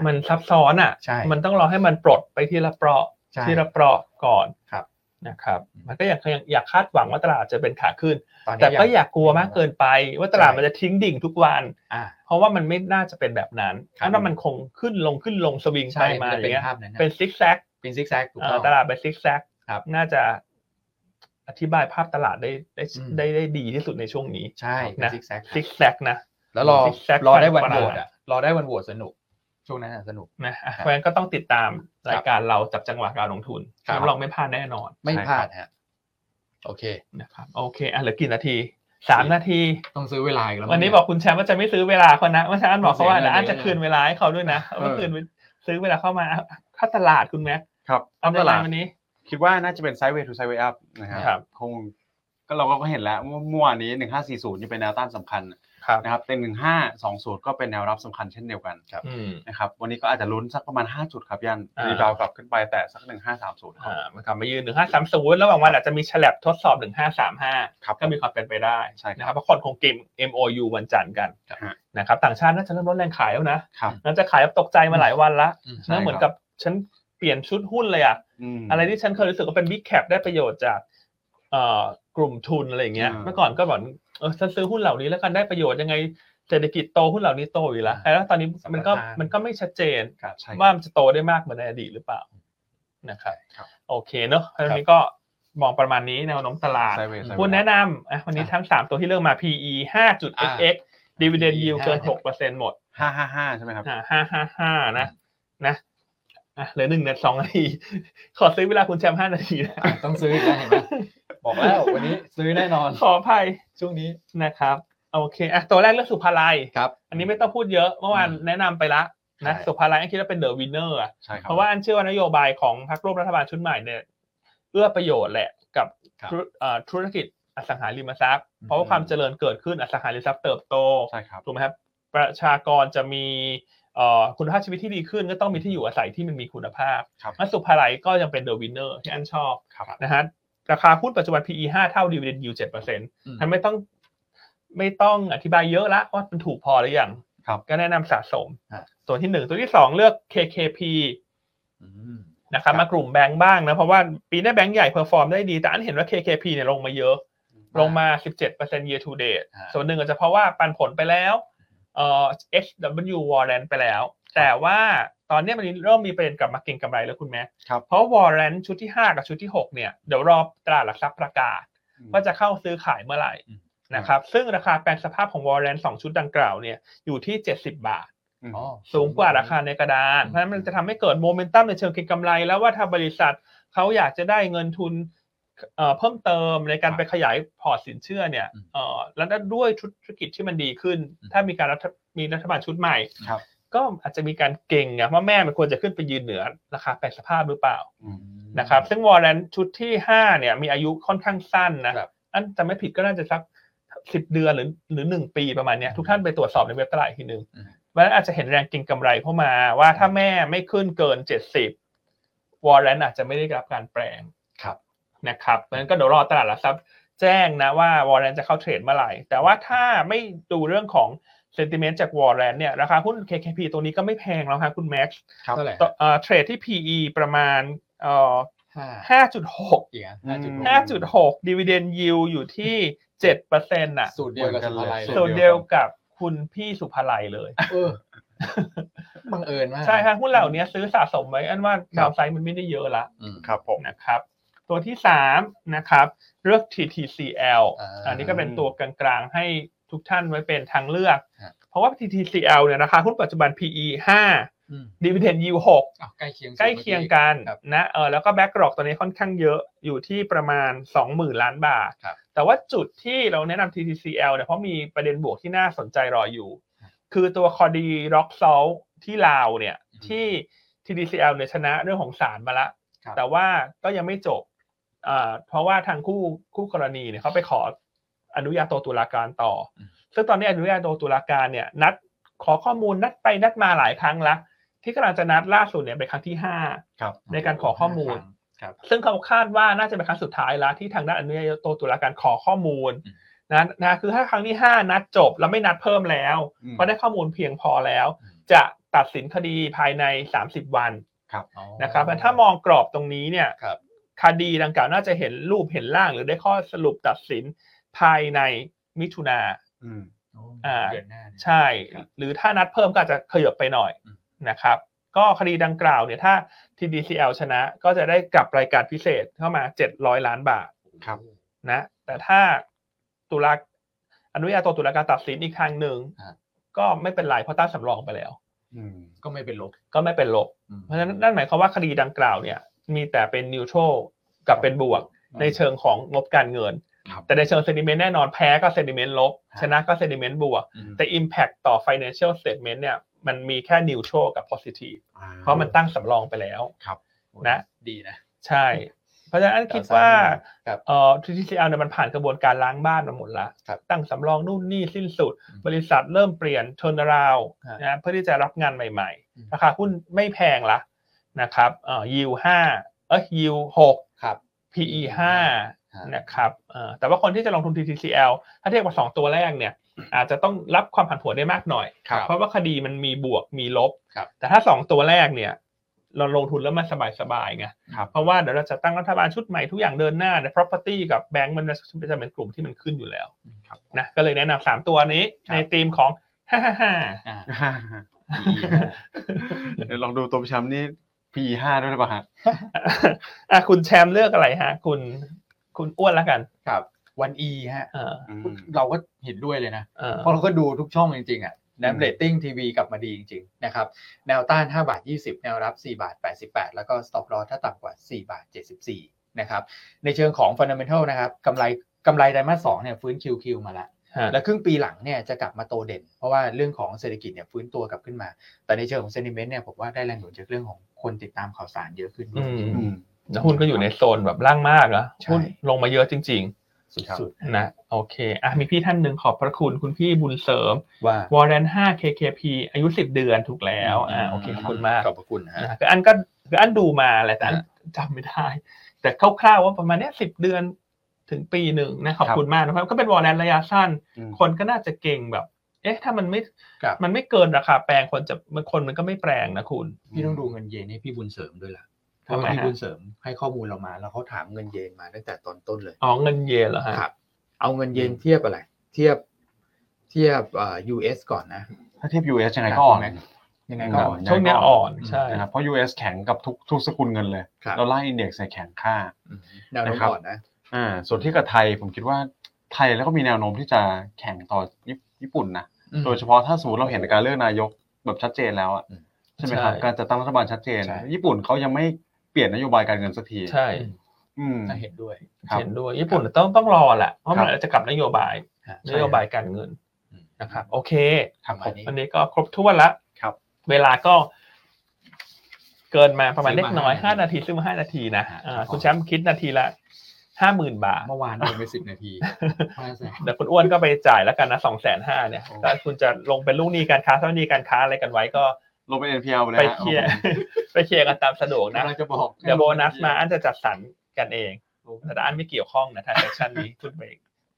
มันซับซ้อนอ่ะ ใช่ มันต้องรอให้มันปลดไปทีละเปราะ ใช่ ทีละเปราะก่อน ครับ นะครับ มันก็อยากอยากคาดหวังว่าตลาดจะเป็นขาขึ้น ตอนนี้ แต่ก็อยากกลัวมากเกินไป ว่าตลาดมันจะทิ้งดิ่งทุกวัน อ่า เพราะว่ามันไม่น่าจะเป็นแบบนั้น คเพรับราะว่ามันคงขึ้นลงขึ้นลงสวิง ใช่ ไปมา มัน อ จะ ย่างเป็นเงี้ย ภาพนั้นนะ เป็นซิกแซก เป็นซิกแซกถูก เอ่ ต้อ อง ตลาดเป็นซิกแซก ครับ น่าจะอธิบายภาพตลาดได้ได้ อืม ได้ได้ดีที่สุดในช่วงนี้ ใช่เป็น นะ ซิกแซก ซิกแซกนะ แล้วรอ Zigzag รอได้วัน ปั่น โหว ป่วน ตอ่ะรอได้วันโหวตสนุก ช่วงนั้นอะสนุก นะอ่ะ ครับ เพราะฉะนั้นก็ต้องติดตามรายการเราจับจังหวะการลงทุน ครับ รับรองไม่พลาดแน่นอน ไม่พลาดฮะโอเค นะครับโอเคอ่ะเหลือกี่นาทีสามนาที ต้องซื้อเวลาอีกแล้ว วันนี้ เย บอกคุณแชมป์ว่าจะไม่ซื้อเวลาเขานะเมื่อเช้าอันบอกเขาว่า เสีแล้วยเงินอัน เลย จะคืนเวลาให้เขาด้วยนะ เออ เมื่อคืนซื้อเวลาเข้ามาอ่ะค่าตลาดคุณแม็กซ์ ครับ เอา ต ตลา ลา ด ด วันนี้ คิดว่าน่าจะเป็นไซด์เวย์ทูไซด์เวย์อัพนะฮะ ครับ คงก็เราก็เห็นแล้วว่าเมื่อวานนี้หนึ่งห้าสี่ศูนย์นี่เป็นแนวต้านสำคัญ ครับ นะครับแต่หนึ่งห้าสองศูนย์ก็เป็นแนวรับสำคัญเช่นเดียวกัน อืม นะครับวันนี้ก็อาจจะลุ้นสักประมาณ 5 จุดครับยัน อ่า รีบาวกลับขึ้นไปแต่สัก 1530ครับ อ่ามันทำไปยืนหนึ่งห้าสามศูนย์ระหว่างวันอาจจะมีแฉลบทดสอบหนึ่งห้าสามห้า ครับ ก็มีความเป็นไปได้ ใช่ครับ นะครับเพราะคนคงเกม MOU วันจันทร์กัน ฮะ นะครับต่างชาติน่าจะเริ่มลดแรงขายแล้วนะครับ น่าจะขายแบบตกใจมาหลายวันละ อืม ใช่ นะเหมือ คน รับ กับฉันเปลี่ยนชุดหุ้นเลยอะ ม อะไรที่ฉันเคยรู้สึกว่าเป็นบิ๊กแคปได้ประโยชน์จากเอ่อกลุ่มทุนอะไรอย่างเงี้ย อ่า เมื่อก่อนก็บอกเออฉันซื้อหุ้นเหล่านี้แล้วกันได้ประโยชน์ยังไงเศรษฐกิจโตหุ้นเหล่านี้โตอยู่แล้วแล้วตอนนี้มันก็ สัมปทาน มันก็ไม่ชัดเจน ครับ ใช่ ว่ามันจะโตได้มากเหมือนในอดีตหรือเปล่านะครับ ครับ โอเคเนอะเพราะฉะนั้นวันนี้ก็มองประมาณนี้แนวโน้มตลาด ไซด์เวย์ไซด์เวย์ หุ้นแนะนำอ่ะวันนี้ทั้ง 3 ตัวที่เลือกมา PE 5.xx dividend yield เกิน6%หมด ห้าห้าห้าใช่ไหมครับ อ่า555 นะนะอ่ะเหลือหนึ่งนาทีสองนาที ขอซื้อเวลาคุณแชมป์ห้านาที นะ ต้องซื้ออีกแล้วเห็นไหมบอกแล้ววันนี้ซื้อแน่นอน ขออภัย ช่วงนี้ นะครับโอเคอ่ะตัวแรกเลือกสุภาลัย ครับ อันนี้ไม่ต้องพูดเยอะเมื่อวานแนะนำไปละนะ ใช่ สุภาลัยอันคิดว่าเป็นเดอะวินเนอร์อะ ใช่ครับ เพราะว่าอันเชื่อว่านโยบายของพรรคร่วมรัฐบาลชุดใหม่เนี่ยเอื้อประโยชน์แหละกับ ครับ ธุรเอ่อธุรกิจอสังหาริมทรัพย์ อืม เพราะว่าความเจริญเกิดขึ้นอสังหาริมทรัพย์เติบโต ใช่ครับ ถูกไหมครับประชากรจะมีเอ่อคุณภาพชีวิตที่ดีขึ้นก็ต้องมีที่อยู่อาศัยที่มันมีคุณภาพ ครับ งั้นสุภาลัยก็ยังเป็นเดอะวินเนอร์ที่อันชอบ ครับ นะฮะราคาหุ้นปัจจุบัน PE 5 เท่า dividend yield 7% อืม ท่านไม่ต้องไม่ต้องอธิบายเยอะละว่ามันถูกพอหรือยัง ครับ ก็แนะนำสะสม อ่ะ ส่วนที่หนึ่งตัวที่สองเลือก KKP อืม นะครับมากลุ่มแบงก์บ้างนะ เพราะว่าปีหนี้าแบงก์ใหญ่เพอร์ฟอร์มได้ดี แต่อันเห็นว่า KKP เนี่ยลงมาเยอะ ลงมา 17% year to date อ่า ส่วนหนึ่งอาจจะเพราะว่าปันผลไปแล้วเอ่อ HW warrant ไปแล้ว แต่ว่าตอนเนี้ยมันเริ่มมีประเด็นกลับมาเก็งกำไรแล้วคุณแม่ ครับ เพราะ warrant ชุดที่ 5 กับชุดที่ 6 เนี่ย เดี๋ยวรอตลาดหลักทรัพย์ประกาศ ว่าจะเข้าซื้อขายเมื่อไหร่ อืม นะครับ ซึ่งราคาแปลงสภาพของ warrant สองชุดดังกล่าวเนี่ยอยู่ที่ 70 บาท ม อ๋อ สูงกว่าราคาในกระดาน อืม เพราะฉะนั้นมันจะทำให้เกิดโมเมนตัมในเชิงเก็งกำไร แล้วว่าถ้าบริษัทเขาอยากจะได้เงินทุนเอ่อเพิ่มเติมในการไปขยายพอร์ตสินเชื่อเนี่ยเอ่อแล้วด้วยธุรกิจที่มันดีขึ้น ถ้ามีการรัฐมีรัฐบาลชุดใหม่ ครับ ก็อาจจะมีการเก่งไงว่าแม่มันควรจะขึ้นไปยืนเหนือราคาแปลงสภาพหรือเปล่า อืม นะครับ ซึ่งวอร์เรนชุดที่5เนี่ยมีอายุค่อนข้างสั้นนะครับ อันจะไม่ผิดก็น่าจะสักสิบเดือนหรือหรือหนึ่งปีประมาณเนี้ยทุกท่านไปตรวจสอบในเว็บตลาดอีกทีหนึ่ง เพราะฉะนั้นอาจจะเห็นแรงกินกำไรเข้ามาว่าถ้าแม่ไม่ขึ้นเกินเจ็ดสิบวอร์เรนอาจจะไม่ได้รับการแปลง ครับ นะครับเพราะฉะนั้นก็เดี๋ยวรอตลาดหลักทรัพย์แจ้งนะว่าวอร์เรนจะเข้าเทรดเมื่อไหร่ แต่ว่าถ้าไม่ดูเรื่องของเซนติเมนต์จากวอร์เรนเนี่ยราคาหุ้น KKP ตัวนี้ก็ไม่แพงแล้วครับคุณแม็กซ์ ครับ เท่าไหร่ ต่อเอ่อเทรดที่ PE ประมาณเอ่อ ห้า ห้าจุดหก เอีย อืม ห้าจุด ห้าจุดหกดีเวเดนยิวอยู่ที่เจ็ดเปอร์เซ็นต์่ะ สูตรเดียวกับสุภาลัยเลย ส่วนเดียวกับคุณพี่สุภาลัยเลย เออบังเอิญมาก ใช่ค่ะหุ้นเหล่านี้ซื้อสะสมไว้อันว่าดาวไซด์มันไม่ได้เยอะละ อืม ครับผม นะครับ ตัวที่สามนะครับเลือก TTCL อ่า อันนี้ก็เป็นตัวกลางๆให้ทุกท่านไว้เป็นทางเลือก ฮะ เพราะว่า TTCL เนี่ยราคาหุ้นปัจจุบัน PE อืม 5 Dividend Yield อ้าวใกล้เคียง 6 ใกล้เคียงกัน ครับ นะเออแล้วก็ Backlog ตัวนี้ค่อนข้างเยอะอยู่ที่ประมาณ 20,000 ล้านบาท ครับ แต่ว่าจุดที่เราแนะนำ TTCL เนี่ยเพราะมีประเด็นบวกที่น่าสนใจรออยู่ คือตัวคอดีร็อกซอลที่ลาวเนี่ย อืม ที่ TDCL เนี่ยชนะเรื่องของศาลมาละ ครับ แต่ว่าก็ยังไม่จบอ่าเพราะว่าทางคู่คู่กรณีเนี่ยเขาไปขออนุญาโตตุลาการต่ออ ม ซึ่งตอนนี้อนุญาโตตุลาการเนี่ยนัดขอข้อมูลนัดไปนัดมาหลายครั้งละ ที่กำลังจะนัดล่าสุดเนี่ยเป็นครั้งที่ห้า ครับ ในการขอข้อมูล ครับ ซึ่งเขาคาดว่าน่าจะเป็นครั้งสุดท้ายแล้วที่ทางด้านอนุญาโตตุลาการขอข้อมูล อืม นะนะคือถ้าครั้งที่ 5 นัดจบแล้วไม่นัดเพิ่มแล้ว อืม เพราะได้ข้อมูลเพียงพอแล้ว จะตัดสินคดีภายใน 30 วัน อ๋อ นะครับแต่ถ้ามองกรอบตรงนี้เนี่ย ครับ คดีดังกล่าวน่าจะเห็นรูปเห็นร่างหรือได้ข้อสรุปตัดสินภายในมิถุนา อืม โอ้ อ่า เดือนหน้าเนี่ย ใช่ ครับ หรือถ้านัดเพิ่มก็อาจจะขยับไปหน่อย อืม นะครับ ก็คดีดังกล่าวเนี่ยถ้า TDCL ชนะก็จะได้กลับรายการพิเศษเข้ามา 700 ล้านบาท ครับ นะ แต่ถ้าตุลาอนุญาโตตุลาการตัดสินอีกทางหนึ่ง อ่า ก็ไม่เป็นไรเพราะตั้งสำรองไปแล้ว อืม ก็ไม่เป็นลบ ก็ไม่เป็นลบ อืม เพราะฉะนั้นนั่นหมายความว่าคดีดังกล่าวเนี่ยมีแต่เป็นนิวโตรกับเป็นบวกในเชิงของงบการเงิน ครับ แต่ในเชิงเซนิเมนต์แน่นอนแพ้ก็เซนิเมนต์ลบ ครับ ชนะก็เซนิเมนต์บวก อืม แต่ Impact ต่อ Financial Statement เนี่ยมันมีแค่ Neutral กับ Positive อ่ เพราะมันตั้งสำรองไปแล้ว นะ ดีนะ ใช่ เพราะฉะนั้นคิดว่า ครับ เอ่อ TCL เนี่ยมันผ่านกระบวนการล้างบ้านมาหมดละ ครับ ตั้งสำรองนู่นนี่สิ้นสุด อืม บริษัทเริ่มเปลี่ยน turnaround ครับ นะเพื่อที่จะรับงานใหม่ อืม ๆราคาหุ้นไม่แพงละนะครับเอ่อ yield ห้าเอ้ย yield หก ครับ PE ห้า ฮะ นะครับเอ่อแต่ว่าคนที่จะลงทุน TTCL ถ้าเทียบกับสองตัวแรกเนี่ย อาจจะต้องรับความผันผวนได้มากหน่อย ครับ เพราะว่าคดีมันมีบวกมีลบ ครับ แต่ถ้าสองตัวแรกเนี่ย เราลงทุนแล้วมันสบายๆไง ครับ เพราะว่าเดี๋ยวเราจะตั้งรัฐบาลชุดใหม่ทุกอย่างเดินหน้าแต่ property กับแบงก์มันจะเป็นกลุ่มที่มันขึ้นอยู่แล้ว ครับ นะก็เลยแนะนำสามตัวนี้ในธีมของ5 5 5 อ่า ฮ่าฮ่าฮ่าเดี๋ยวลองดูตัวประชามนี่ P ห้าด้วยหรือเปล่าฮะ อ่ะคุณแชมป์เลือกอะไรฮะ คุณคุณอ้วนแล้วกัน ครับวันอีฮะ เออ อืม เราก็เห็นด้วยเลยนะ เออ เพราะเราก็ดูทุกช่องจริงๆอ่ะแน อื ว ม เรตติ้งทีวีกลับมาดีจริงๆนะครับแนวต้าน 5 บาท 20 แนวรับ 4 บาท 88 แล้วก็ stop loss ถ้าต่ำกว่า 4 บาท 74 นะครับ ในเชิงของ fundamental นะครับกำไรกำไรไตรมาส2เนี่ยฟื้น QQ มาละ ฮะ และครึ่งปีหลังเนี่ยจะกลับมาโตเด่น เพราะว่าเรื่องของเศรษฐกิจเนี่ยฟื้นตัวกลับขึ้นมา แต่ในเชิงของ sentiment เนี่ยผมว่าได้แรงหนุนจากเรื่องของคนติดตามข่าวสารเยอะขึ้นด้วย อื อืม แล้วหุ้นก็อยู่ในโซนแบบล่างมากนะ ใช่ หุ้นลงมาเยอะจริง สุด ๆ นะ โอเคอ่ะมีพี่ท่านหนึ่งขอบพระคุณคุณพี่บุญเสริม ๆว่าว อร์เรน5 KKP อายุ 10 เดือนถูกแล้วอ่าโอเคขอบคุณมาก ขอบพระคุณฮะ นะคืออันก็คืออันดูมาแหละแต่อันจำไม่ได้ แต่คร่าวๆว่าประมาณเนี้ยสิเดือนถึงปีหนึ่งนะขอบ ครับ คุณมากนะครับก็เป็นวอร์เรนระยะสั้น อืม คนก็น่าจะเก่งแบบ เอ อ๊ะถ้ามันไม่ ครับ มันไม่เกินราคาแปลงคนจะมันคนมันก็ไม่แปลงนะคุณ พี่ต้องดูเงินเยนให้พี่บุญเสริมด้วยล่ะเพ ทำไมฮะ ราะว่าพี่บุญเสริมให้ข้อมูลเรามา แล้วเขาถามเงินเยนมาตั้งแต่ตอนต้นเลย อ๋อเงินเยนเหรอฮะ ครับ เอาเงินเยนเทียบอะไร เทียบเทียบเอ่อ US ก่อนนะ ถ้าเทียบ US ยังไงก็อ่อน ครับ ยังไง ค ก็ รับ ช่วงเนี้ยอ่อนใช่ นะครับเพราะ US แข็งกับทุกทุกสกุลเงินเลย ครับ เราไล่อินเด็กซ์แข็งค่า อืมแนวโน้ม นะครับ ก่อนนะ อ่าส่วนที่กับไทยผมคิดว่าไทยแล้วก็มีแนวโน้มที่จะแข่งต่อญี่ญี่ปุ่นนะโดยเฉพาะถ้าสมมติเราเห็นการเลือกนายกแบบชัดเจนแล้วอะ อืม ใช่ไหมครับ ใช่ การจัดตั้งรัฐบาลชัดเจน ใช่ ญี่ปุ่นเขายังไม่เปลี่ยนนโยบายการเงินสักที ใช่ อืม อืม น่าเห็นด้วย ครับ เห็นด้วยญี่ปุ่นต้องต้องรอแหละเพราะมัน ครับ อาจจะกลับนโยบาย ฮะ นโยบายการเงิน อืม นะครับ โอเค ประมาณนี้ วันนี้ก็ครบถ้วนละ ครับ เวลาก็ เกินมาประมาณเล็กน้อย ซื้อมา ห้านาทีซึ่งมาห้านาทีนะอ่า ครับผม คุณแชมป์คิดนาทีละห้าหมื่นบาท เมื่อวานโดนไปสิบนา ทีห้าแสน เดี๋ยวคุณอ้วนก็ไปจ่ายแล้วกันนะสองแสนห้าเนี่ย โอ้ ถ้าคุณจะลงเป็นลูกหนี้การค้าเท่านี้การค้าอะไรกันไว้ก็ ลงไป NPL ไปเลย ไป ฮะ เคลียร์ ไปเคลียร์กันตามสะดวกนะ กำลังจะบอก เดี๋ยวโบนัสมาอันจะจัดสรรกันเองแต่อันไม่เกี่ยวข้องนะทางแอคชั่นนี้คุณไป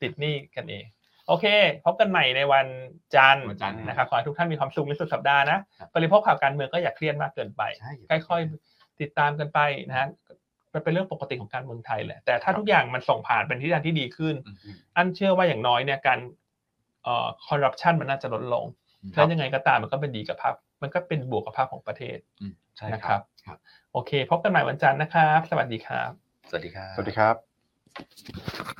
ติดหนี้กันเอง โอเค พบกันใหม่ในวันจันทร์ วันจันทร์ นะครับขอให้ทุกท่านมีความสุขในสุดสัปดาห์นะครับ บริโภคข่าวการเมืองก็อย่าเครียดมากเกินไป ใช่ ค่อยๆติดตามกันไปนะฮะมันเป็นเรื่องปกติของการเมืองไทยแหละแต่ถ้าทุกอย่างมันส่งผ่านเป็นทิศทางที่ดีขึ้น อืม อันเชื่อว่าอย่างน้อยเนี่ยการเอ่อคอร์รัปชันมันน่าจะลดลง ๆ แล้วยังไงก็ตามมันก็เป็นดีกับภาพมันก็เป็นบวกกับภาพของประเทศ ใช่ นะ ค ค รั รับ บ ครับ โอเค พบกันใหม่วันจันทร์นะครับ สวัสดีครับ สวัสดีครับ สวัสดีครับ